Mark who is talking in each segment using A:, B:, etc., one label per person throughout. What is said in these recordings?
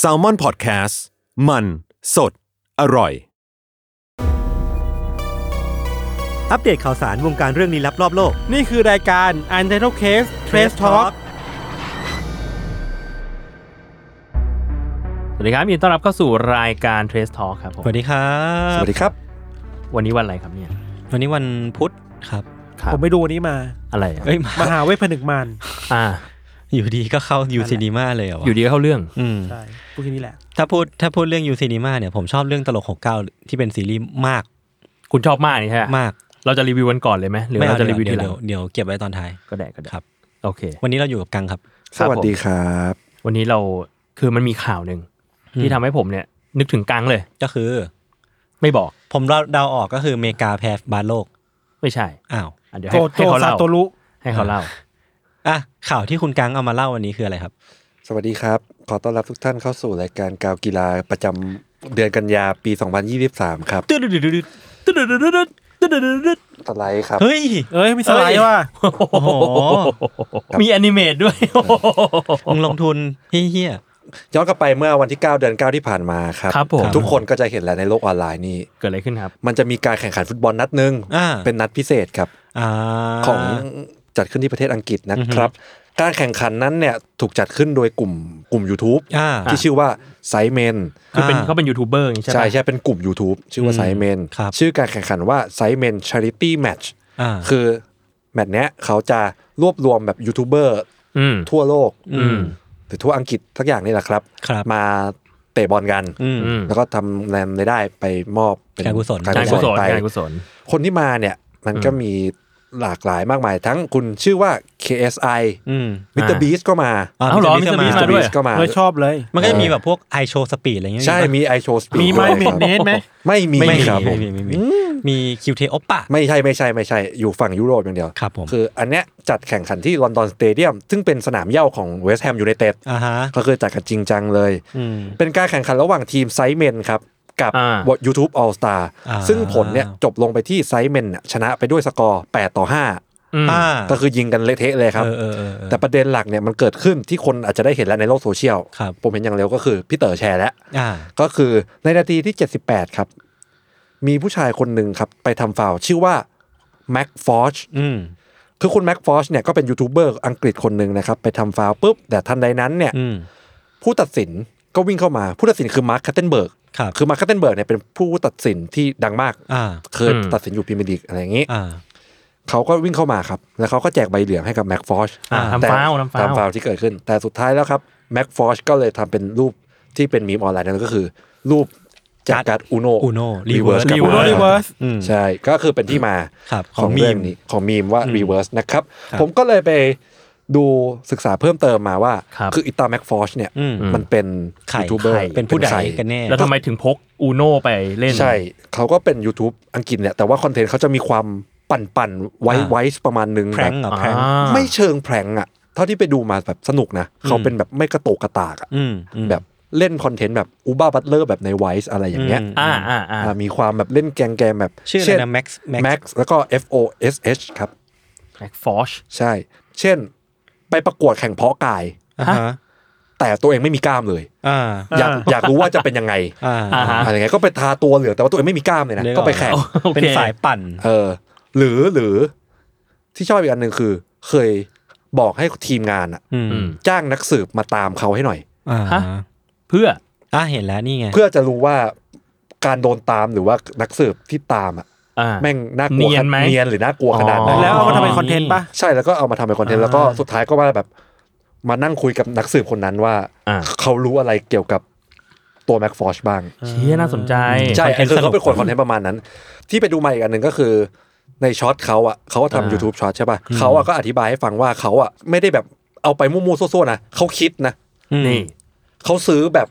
A: s a l ม o n PODCAST มันสดอร่อย
B: อัปเดตข่าวสารวงการเรื่องลี้ลับรอบโลก
C: นี่คือรายการ u n t i t l e Case Trace Talk สวัสดีครับยินดีต้อนรับเข้าสู่รายการ Trace Talk ครับผม
B: สวัสดีครั
D: ส
B: บ
D: วัสดีครับ
C: วันนี้วันอะไรครับเนี่ย
B: วันนี้วันพุธครับ
C: ครับ
E: ผมไปดูอันนี้มา
C: อะไรอะ
B: เอ้ยมาม
E: หาเวทผนึกมาร
C: อ่า
B: อยู่ดีก็เข้ายูซีนีมาเลยเหรอ
C: อ
B: วะ
C: ยู่ดีก็เข้าเรื่อง
B: อืม
E: ใช่พวกนี้แหละ
B: ถ้าพูดถ้าพูดเรื่องยูซีนีมาเนี่ยผมชอบเรื่องตลกหกเก้าที่เป็นซีรีส์มาก
C: คุณชอบมากนี่ใช่ไหม
B: มาก
C: เราจะรีวิววันก่อนเลยไหมหรือเราจะรีวิวทีหลัง
B: เดี๋ยเดี๋ยวเก็บไว้ตอนท้าย
C: ก็ได้ก็ได้
B: ครับ
C: โอเค
B: วันนี้เราอยู่กับกังครับ
C: ค
D: ส
C: รับผม
D: วัสดีครับ
C: วันนี้เราคือมันมีข่าวหนึ่ง
B: อืม
C: ที่ทำให้ผมเนี่ย นึกถึงกังเลย
B: ก็คือ
C: ไม่บอก
B: ผมเดาเดาออกก็คืออเมริกาแพ้บาสโลก
C: ไม่ใช่
B: อ้าว
C: อ่ะเดี๋ยว
E: โจ
C: ให้
E: โจ
C: ให้เขา
E: ซา
C: เล่า
E: โตรุ
C: ให้เขาเล่า
B: อ่ะข่าวที่คุณกังเอามาเล่าวันนี้คืออะไรครับ
D: สวัสดีครับ ขอต้อนรับทุกท่านเข้าสู่รายการกาวกีฬาประจำเดือนกันยาปี 2023 ครับสไลด์ครับ
B: เฮ้ย
E: เอ้ยมีสไล
C: เอ้
E: ด์
C: ย
E: ว่า
B: โอ้โห
C: มีแอนิเมตด้วย
B: มึงลงทุนเฮี้ย
D: ย้อนกลับไปเมื่อวันที่ 9 เดือน 9 ที่ผ่านมาครับ
C: ครับผม
D: ทุกคนก็จะเห็นแล้วในโลกออนไลน์นี่
C: เกิดอะไรขึ้นครับ
D: มันจะมีการแข่งขันฟุตบอลนัดหนึ่ง
B: อ่า
D: เป็นนัดพิเศษครับ
B: ๆอ่า
D: ของจัดขึ้นที่ประเทศอังกฤษนะครับ การแข่งขันนั้นเนี่ยถูกจัดขึ้นโดยกลุ่มกลุ่ม YouTube
B: อ่า
D: ที่ชื่อว่าไซเมน
C: คือเป็น
B: อ่า
C: เขาเป็นยูทูบเบอร์อย่างนี้ใช่ไหม
D: ใช่ใช่เป็นกลุ่ม YouTube ชื่อว่า
B: อืม
D: ไซเมน
B: ครับ
D: ชื่อการแข่งขันว่าไซเมน Charity Match
B: อ่า
D: คือแมตช์เนี้ยเขาจะรวบรวมแบบยูทูบเบอร์
C: อืม
D: ทั่วโลก
C: อืม
D: หรือทั่วอังกฤษทักอย่างนี่แหละครับ
B: ครับ
D: มาเตะบอลกัน
B: อืม
C: อืม
D: แล้วก็ทำแรงรายได้ไปมอบเป็น
B: การกุศล
C: งานกุศล
D: ไป
C: งานกุศล
D: คนที่มาเนี่ยมันก็มีหลากหลายมากมาย ทั้งคุณชื่อว่า KSI
B: อืม
D: มิสเตอร์
C: อ่า
D: บีสก็มา
B: อ่า
C: เอ้าเหรอ
B: Mr. Beast
C: มี
B: Mr.
C: มาด้วย
B: Beast
D: ก็มา
E: เลยชอบเลย
B: มันก็จะมี
D: เออ
B: แบบพวกไอโชว์สปีดอะไรเงี้ย
D: ใช่มีไอโชสปี
E: มีไม้
D: ด้วย
E: เมด
D: ค
E: เน
D: รับ
E: สไหม
D: ไม่มี
B: ไม่มี
D: ครับผม
B: ไม่มีไม่มีมีคิวเทโอปะ
D: ไม่ใช่ไม่ใช่ไม่ใช่อยู่ฝั่งยุโรปอย่างเดียว
B: ครับผม
D: คืออันเนี้ยจัดแข่งขันที่ลอนดอนสเตเดียมซึ่งเป็นสนามเหย้าของเวสต์แฮมยูไนเต็ด
B: อ่าฮะ
D: ก็คือจัดกันจริงจังเลย
B: อืม
D: เป็นการแข่งขันระหว่างทีมไซเมนครับ กับ
C: อ่า
D: วอ YouTube All Star
B: อ่า
D: ซึ่งผลเนี่ยจบลงไปที่ไซเมนเนี่ยชนะไปด้วยสกอร์ 8 ต่อ
C: อืม
B: อ่า
D: 5 ก็คือยิงกันเละเทะเลยครับ
B: เออเออเออเออ
D: แต่ประเด็นหลักเนี่ยมันเกิดขึ้นที่คนอาจจะได้เห็นแล้วในโลกโซเชียล
B: ครับ
D: ผมเห็นอย่างเร็วก็คือพี่เต๋อแชร์แล้ว
B: อ่า
D: ก็คือในนาทีที่ 78 ครับ มีผู้ชายคนหนึ่งครับไปทำฟาวล์ชื่อว่าแม็กฟอช
B: อืม
D: คือคุณแม็กฟอชเนี่ยก็เป็นยูทูบเบอร์อังกฤษคนหนึ่งนะครับ ไปทำฟาวล์ปุ๊บ แต่ทันใดนั้นเนี่ย
B: อืม
D: ผู้ตัดสินก็วิ่งเข้ามา ผู้ตัดสินคือมาร์คคัตเทนเบิร์ก
B: ครับ
D: คือมาร์คคัตเทนเบิร์กเนี่ยเป็นผู้ตัดสินที่ดังมาก
B: อ่า
D: เคยตัดสินอยู่พรีเมียร์ลีกอะไรอย่างนี้
B: อ่า
D: เขาก็วิ่งเข้ามาครับ แล้วเขาก็แจกใบเหลืองให้กับแม็กฟอช
C: อ่า
B: อ่า
C: ทำฟาวล์ทำฟาว
D: ตามฟา
C: ล์
D: วล์ที่เกิดขึ้น แต่สุดท้ายแล้วครับแม็กฟอชก็เลยทำเป็นรูปที่เป็นมีมออนไลน์นั่นก็คือ รูปจากการ์ดอูโน
B: Uno
D: รีเวิร์ส
B: Reverse
E: โรดิเวิร์ส
B: อืม
D: ใช่ ก็คือเป็นที่มา
B: ครับ
D: ข
B: ขอ
D: อง
B: งมีม
D: เรื่องนี้ของมีมว่า
B: อืม
D: reverse นะครับ
B: ครับ
D: ผมก็เลยไปดูศึกษาเพิ่มเติมมาว่า
C: ครับ
D: ออิตาแม็กฟอชเนี่ย
B: อืม
D: มันเป็น
B: ใคร
D: ยูทูบเบอ
B: ใคร
D: ร์
B: เป็นผู้ใดกันแน่
C: แล้วทำไมถึงพกอูโนไปเล่น
D: ใช่ เขาก็เป็น YouTube อังกฤษเนี่ยแต่ว่าคอนเทนต์เขาจะมีความปั่นปั่นไว้
B: อ่า
D: ไว้ประมาณนึง
B: แพร้งเหรอแพร้ง
C: อ่า
D: ไม่เชิงแพรงอะเท่าที่ไปดูมาแบบสนุกนะ เขาเป็นแบบไม่กระโตกกระตากอะ
B: อืมอืม
D: แบบเล่นคอนเทนต์แบบอูบ้าบัตเลอร์แบบในไวส์อะไรอย่างเงี้ย
B: อืม
C: อ่าอ่าอ่า
D: อ่ามีความแบบเล่นแกงแกมแบบ
B: ชื่ออะไร
D: เช่น
B: นะแม็กซ์แม็กซ์
D: Max แล้วก็ F O S H ครับ
C: แบ็กฟอช
D: ใช่ เช่น ไปประกวดแข่งเพาะกาย
B: อ่าฮะ
D: แต่ตัวเองไม่มีกล้ามเลย
B: อ่า
D: อยากอยากรู้ว่าจะเป็นยังไง
B: อ่า
C: อ่า ฮะ
D: อะไรเงี้ยก็ไปทาตัวเหลืองแต่ว่าตัวเองไม่มีกล้ามเลยนะ
B: นึกออก
D: ก็ไปแข่ง
B: เป็นสายปั่น
D: เออ หรือหรือที่ชอบอีกอันหนึ่งคือ เคยบอกให้ทีมงานอะ
B: อืม
C: อืม
D: จ้างนักสืบมาตามเขาให้หน่อย
B: อ่า
C: ฮะ เพื่อ
B: อ่าเห็นแล้วนี่ไง
D: เพื่อจะรู้ว่าการโดนตามหรือว่านักสืบที่ตามอะ
C: อ่า
D: แม่งน่ากลัว
C: เนียนไหม
D: เนียนหรือน่ากลัวขนาดไหน
E: แล้วเอามาทำเป็นคอนเทนต์ปะ
D: ใช่แล้วก็เอามาทำเป็นคอนเทนต์
B: อ่า
D: แล้วก็สุดท้ายก็ว่าแบบ มานั่งคุยกับนักสืบคนนั้นว่า
C: อ่า
D: เขารู้อะไรเกี่ยวกับตัวแม็กฟอชบ้าง
C: เชี่ยน่าสนใจ
D: ใช่
B: คอนเทนต์ส
D: คือเขา
B: นุก
D: เป็นคนคอนเทนต์ประมาณนั้น ที่ไปดูมาอีกอันหนึ่งก็คือ ในช็อตเขาอ่ะเขาก็
C: อ่า
D: ทำ YouTube ช็อตใช่ป่ะเขาอ่ะก็อธิบายให้ฟังว่าเขาอ่ะไม่ได้แบบเอาไปมั่วๆซั่วๆนะเขาคิดนะ
B: อืม
C: นี่
D: เขาซื้อแบบ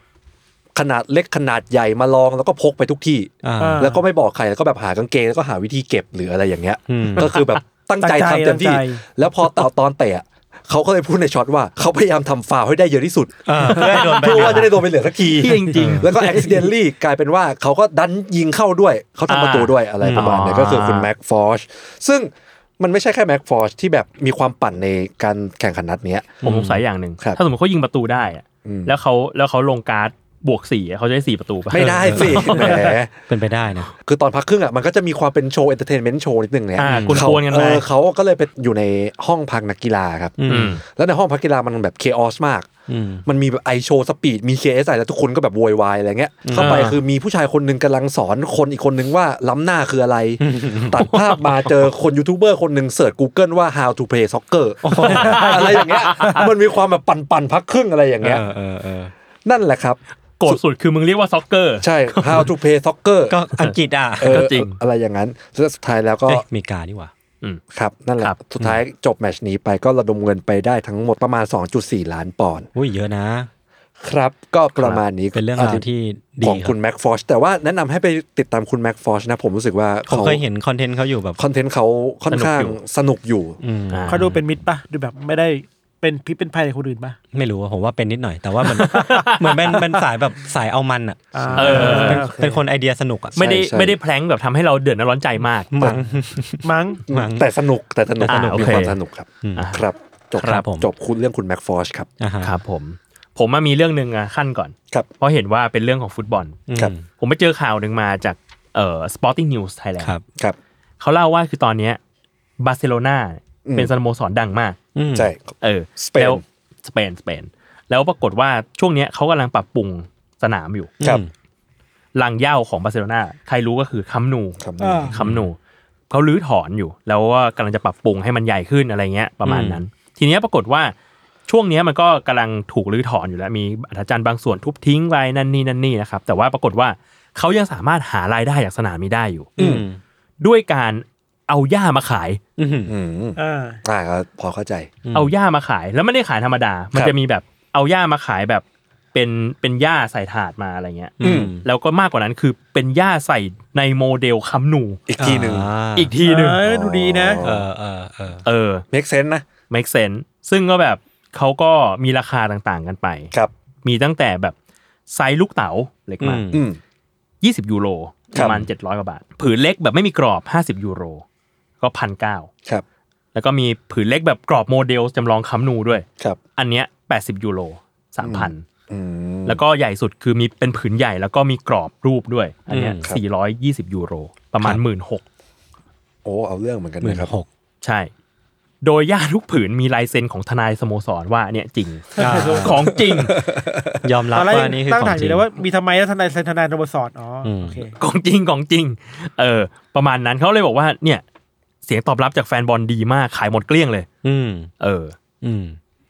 D: ขนาดเล็กขนาดใหญ่มาลองแล้วก็พกไปทุกที่
B: อ่า
E: อ่า
D: แล้วก็ไม่บอกใครแล้วก็แบบหากางเกงแล้วก็หาวิธีเก็บหรืออะไรอย่างเงี้ย
B: อืม
D: ก็คือแบบตั้งใจ
E: ตั้ง
D: ทำ
E: ใจ
D: เต็มที่
E: ตั้งใจ
D: แล้วพอต่อตอนเตะอะเขาก็เลยพูดในช็อตว่าเขาพยายามทำฟาวล์ให้ได้เยอะที่สุด
B: อ่าเพื่อให้โดนแบ
D: เพื่
B: น
D: อว่าจะได้โดนไปเหลืองสักที
C: เหี้ยจริงๆ
D: แล้วก็ accidentally กลายเป็นว่าเขาก็ดันยิงเข้าด้วย เขาทำประตูด้วยอะไรประมาณเนี้ย
C: อ๋อ
D: ก็คือคุณแม็กฟอชซึ่งมันไม่ใช่แค่แม็กฟอชที่แบบมีความปั่นในการแข่งขันนัดเนี้ย
C: ผมสงสัยอย่างหนึ่ง
D: ครับ
C: ถ้าสมมติเขายิงประตูได้อะ
D: อืม
C: แล้วเขาแล้วเขาลงการ์ดบวกสี่เขาจะได้สี่ประตูปะ
D: ไม่ได้ สิแหม
B: เป็นไปได้นะ
D: คือตอนพักครึ่งอ่ะมันก็จะมีความเป็นโชว์เอนเตอร์เทนเมนต์โชว์นิดนึงเนี่ย
C: อ่า
D: อืมเขา
C: กวนๆกันไป
D: เออเขาก็เลยไปอยู่ในห้องพักนักกีฬาครับ
B: อื
C: อืม
D: แล้วในห้องพักกีฬามันแบบเคออสมาก
B: อืม
D: มันมีแบบไอโชว์สปีดมีเคเอสไอแล้วทุกคนก็แบบโวยวายอะไรเงี้ย เข้าไป
C: อ่า
D: คือมีผู้ชายคนหนึ่งกำลังสอนคนอีกคนหนึ่งว่าล้ำหน้าคืออะไร ตัดภาพมาเจอคนยูทูบเบอร์คนหนึ่งเสิร์ช Google ว่า how to play soccer อะไรอย่างเงี้ยมันมีความแบบปั่นๆพักครึ่งอะไรอย่าง
B: เอ
D: เงี้ย
B: อเออเออ
D: นั่นแหละครับ
C: โกรธสุดคือมึงเรียกว่าซ็อกเกอร์
D: ใช่ how to play soccer
B: ก็อังกฤษอ่ะ
D: เออ
C: ก็จริง
D: อะไรอย่างนั้นแล้วสุดท้ายแล้วก็
B: เอ้ยอเมริกาดีกว่า
D: ครับนั่นแหละ
C: ครับ
D: สุดท้ายจบแมตชนี้ไปก็ระดมเงินไปได้ทั้งหมดประมาณ 2.4 ล้านปอนด์
B: อุ้ยเยอะนะ
D: ครับก็ประมาณนี้
B: เป็นเรื่องราวที่ดี
D: ของ
B: รับ
D: คุณแม็กฟอชแต่ว่าแนะนำให้ไปติดตามคุณแม็กฟอชนะผมรู้สึกว่า
B: ผมเคยเห็นคอนเทนต์เขาอยู่แบบ
D: คอนเทนต์เขาค่อนข้างสนุกอยู่
B: อืม
E: เขาดูเป็นมิตรปะดูแบบไม่ได้เป็นพิษเป็นภัยกับคนอื่นปะ
B: ไม่รู้อะผมว่าเป็นนิดหน่อย แต่ว่ามัน เหมือนเป็นเป็นสายแบบสายเอามันอ่ะ
E: า
C: เออ
B: เป็น
E: โอ
B: เป็นคนไอเดียสนุกอ่ะ
C: ไม่ได้
D: ใช่ใช่
C: ไม่ได้แพลงแบบทำให้เราเดือดร้อนใจมาก
B: มั้ง
E: มั้ง
B: มั้ง
D: แต่สนุกแต่สนุก
C: อ่าโอ
D: มี
C: เค
D: ความสนุกครับ
B: อืม
D: ครับจบ
B: ค
D: ค
B: รั
D: รั
B: บบ ผม
D: จบคุณเรื่องคุณแม็กฟอชครับ
B: อ่าฮะ
C: ครับผม ผมมามีเรื่องหนึ่งอะขั้นก่อน
D: ครับ
C: เพราะเห็นว่าเป็นเรื่องของฟุตบอล
B: อืม
D: ครับ
C: ผมไปเจอข่าวหนึ่งมาจากเอ่อ Sporting News
B: ค
C: Thailand
B: รับ
D: ครับ
C: เขาเล่าว่าคือตอนเนี้ยบาร์เซโลนา
D: อืม
C: เป็นสโมสรดังมาก
B: อืม
D: ใช่
C: เออ
D: สเปน
C: แล้วสเปนสเปน แล้วปรากฏว่าช่วงเนี้ยเขากำลังปรับปรุงสนามอยู่
D: ครับ
C: ลังเหย้าของบาร์เซโลนาใครรู้ก็คือคัมนู
D: ครับ
E: อ่า
C: คัมนูเขาลื้อถอนอยู่ แล้วว่ากำลังจะปรับปรุงให้มันใหญ่ขึ้นอะไรเงี้ยประมาณนั้น ทีเนี้ยปรากฏว่าช่วงเนี้ยมันก็กำลังถูกลื้อถอนอยู่แล้วมีอัฐจันทร์บางส่วนทุบทิ้งไปนั่นนี่นั่นนี่นะครับแต่ว่าปรากฏว่าเขายังสามารถหารายได้จากสนามนี้ได้อยู่
B: อืม
C: ด้วยการเอาหญ้ามาขาย
B: อืม
D: อืม
E: อ่า
D: อ่าก็พอเข้าใจ
C: เอาหญ้ามาขายแล้วไม่ได้ขายธรรมดา มัน
D: ครับ
C: จะมีแบบเอาหญ้ามาขายแบบเป็นเป็นหญ้าใส่ถาดมาอะไรเงี้ย
D: อืม
C: แล้วก็มากกว่านั้นคือเป็นหญ้าใส่ในโมเดลคำหนู
D: อีกทีหนึ่ง
C: อีกทีหนึ่ง
E: เออดูดีนะ
D: อ๋อ
B: เออเออเออ
C: เออ
D: เมคเซนนะ
C: make sense ซึ่งก็แบบเขาก็มีราคาต่างๆกันไป
D: ครับ
C: มีตั้งแต่แบบไซส์ลูกเต๋าเล็กมาก
B: อืม
D: อืม
C: ยี่สิบยูโร
D: ค
C: ป
D: รับ
C: ระมาณเจ็ดร้อยกว่าบาท ผืนเล็กแบบไม่มีกรอบห้าสิบยูโรก็พันเก้า
D: ครับ
C: แล้วก็มีผืนเล็กแบบกรอบโมเดลจำลองคำนูด้วย
D: ครับ
C: อันเนี้ยแปดสิบยูโรสามพัน
D: อืม
C: แล้วก็ใหญ่สุดคือมีเป็นผืนใหญ่แล้วก็มีกรอบรูปด้วย อันเนี้ย
B: อืม
D: ครับ
C: สี่ร้อยยี่สิบยูโร ประมาณหมื่นหก
D: โอ้เอาเรื่องเหมือนกัน
B: หมื่น
D: นะครับ
B: หก
C: ใช่ โดยย่าทุกผืนมีลายเซ็นของทนายสโมสรว่าเนี่ยจริง ของจริง
B: ยอมรับ
E: ตอนแรก
B: ว่านี่คือ
E: ตั้ง
B: ของ
E: ถามอ
B: จริ
E: ยู่
B: ง
E: แล้วว่ามีทำไมแล้วทนายเซนทนายธรรมสอดอ๋ออ
B: ม
E: โอเค
C: ของจริงของจริง เออ ประมาณนั้นเขาเลยบอกว่าเนี่ย เสียงตอบรับจากแฟนบอลดีมากขายหมดเกลี้ยงเลย
B: อืม
C: เออ
B: อืม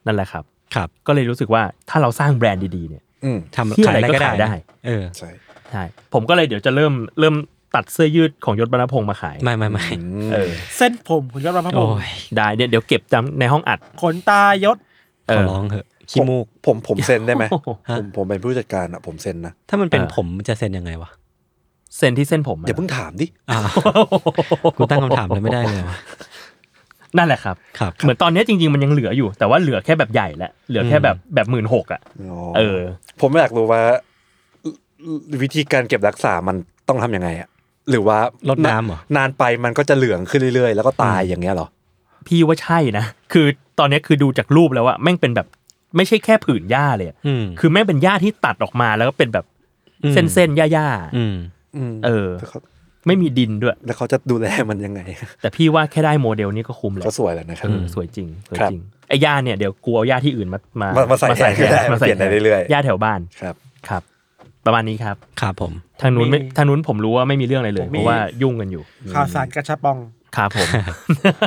C: นั่นแหละครับ
B: ครับ
C: ก็เลยรู้สึกว่าถ้าเราสร้างแบรนด์ดีๆเนี่ย
D: อืม
B: ทำ
C: เหี้ย
B: ขายอะไร
C: อะไรก็
B: ก็ได้
C: ขายได้
B: เออ
D: ใช่
C: ใช่ผมก็เลยเดี๋ยวจะเริ่มเริ่มตัดเสื้อยืดของยศบรรณพงษ์มาขาย
B: ไม่ไม่ไม่
C: เออ
E: เส้นผมคุณยอดรับพระผ
B: โอ้
E: ม
B: ย
C: ได้เนี่ยเดี๋ยวเก็บจำในห้องอัด
E: ขนตายศ
C: เอ
B: ข
C: อ
B: อร้องเถอะขี้มูก
D: ผมผมเซ็นได้ไหม
C: โอ้โห
D: ผมผมเป็นผู้จัดการอะผมเซ็นนะ
B: ถ้ามันเป็น
C: เออ
B: ผมมันจะเซ็นยังไงวะ
C: เส้นที่เส้นผมอะ
D: อย่าเพิ่งถามดิ
B: อ่ากูตั้งคำถามเลยไม่ได้เลยวะ
C: นั่นแหละครับ
B: ครับ
C: เหมือนตอนนี้จริงๆ มันยังเหลืออยู่ แต่ว่าเหลือแค่แบบใหญ่แล้วเหลือแค่แบบแบบหมื่นหกอ่ะ
D: อ๋อ
C: เออ
D: ผมอยากรู้ว่าวิธีการเก็บรักษามันต้องทำยังไงอะหรือว่า
B: ลดน้ำเหรอ
D: นานไปมันก็จะเหลืองขึ้นเรื่อยๆ แล้วก็ตายอย่างเงี้ยเหรอ
C: พี่ว่าใช่นะ คือตอนนี้คือดูจากรูปแล้วว่าแม่งเป็นแบบไม่ใช่แค่ผืนหญ้าเลยอะ
B: อืม
C: คือแม่งเป็นหญ้าที่ตัดออกมาแล้วก็เป็นแบบ
B: อืม
C: เส้นๆหญ้า
B: อืม
D: อืม
C: ๆเออ
D: แล้วเขา
C: ไม่มีดินด้วย
D: แล้วเขาจะดูแลมันยังไง
C: แต่พี่ว่าแค่ได้โมเดลนี้ก็คุ้มแล้ว
D: ก็สวยแล้วนะครับ
C: เออสวยจริงสวย
D: ครับ
C: จริงไอ้หญ้าเนี่ยเดี๋ยวกูเอาหญ้าที่อื่นมามา
D: มามาใส่
C: แท
D: ได้
C: นมาใส่
D: เปลี่ยนได้เรื่อยๆ
C: หญ้าแถวบ้าน
D: ครับ
C: ครับ ประมาณนี้ครับ
B: ครับผม
C: ทางนู้นไม่
E: มี
C: ทางนู้นผมรู้ว่าไม่มีเรื่องอะไรเลย
E: ผมมี
C: เพราะว่ายุ่งกันอยู่
E: ข่าวสารกระชับปอง
C: ครับผม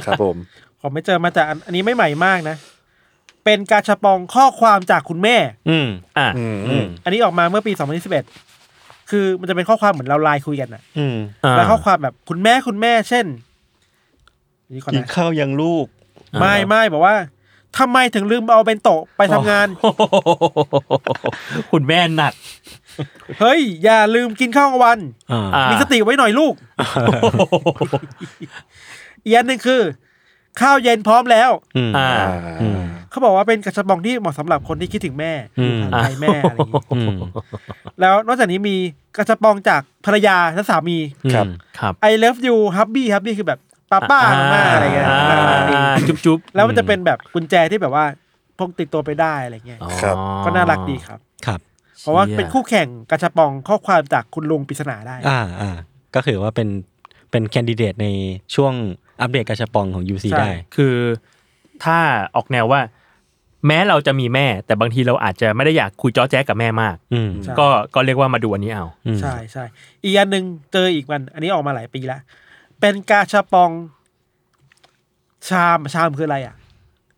D: ครับผม
E: ผมไม่เจอมาแต่อันอันนี้ไม่ใหม่มากนะ เป็นกาชาปองข้อความจากคุณแม่
B: อืม
C: อ่ะ
D: อืม
B: อืม
E: อันนี้ออกมาเมื่อปี 2021 คือมันจะเป็นข้อความเหมือนเราไลน์คุยกันน่ะ
B: อืม
E: แล้วข้อความแบบคุณแม่คุณแม่เช่นนี่ก่อน
B: กิน
E: นะ
B: ข้าวยังลูก
E: ไม่ไม่บอกว่าทำไมถึงลืมเอาเบนโตะไปทำงาน
C: โอ้โห คุณแม่หนัก
E: เฮ้ย อย่าลืมกินข้าวกลางวัน
B: อ่า
C: อ่า
E: มีสติไว้หน่อยลูก อีกอันหนึ่งคือ ข้าวเย็นพร้อมแล้ว
B: อืม
C: อ่า
D: อ่า
E: เขาบอกว่าเป็นกระชับปองที่เหมาะสำหรับคนที่คิดถึงแม่
B: อืม
E: ห่างไกลแม่อะไรอย่างงี้
B: อืม
E: แล้วนอกจากนี้มีกระชับปองจากภรรยาและสามี
D: ครับ
C: ครับ
E: I love you hubby hubby คือแบบป้าป้ามาม่าอะไรเงี้ย
C: อ่า
E: น่ารักดี
C: จุ๊บจุ๊บ
E: แล้วมันจะเป็นแบบกุญแจที่แบบว่า พกติดตัวไปได้อะไรเงี้ย
D: ครับ
C: อ๋อ
E: ก็น่ารักดีครับ
B: ครับ
E: เพราะว่า
C: ชี่ย
E: เป็นคู่แข่งกาชาปองข้อความจากคุณลุงปริศนาได้
B: อ่าอ่าก็คือว่าเป็นเป็นแคนดิเดตในช่วงอัปเดตกระชับปองของ UC
E: ใช่
B: ได้
C: คือถ้าออกแนวว่า แม้เราจะมีแม่ แต่บางทีเราอาจจะไม่ได้อยากคุยจ้อแจ๊กกับแม่มาก
B: อืม
E: ใช่
C: ก็ก็เรียกว่ามาดูอันนี้เอา
B: อืม
E: ใช่ใช่อีกอันหนึ่งเจออีกวัน อันนี้ออกมาหลายปีแล้ว เป็นกาชาปอง ชามชามคืออะไรอ่ะ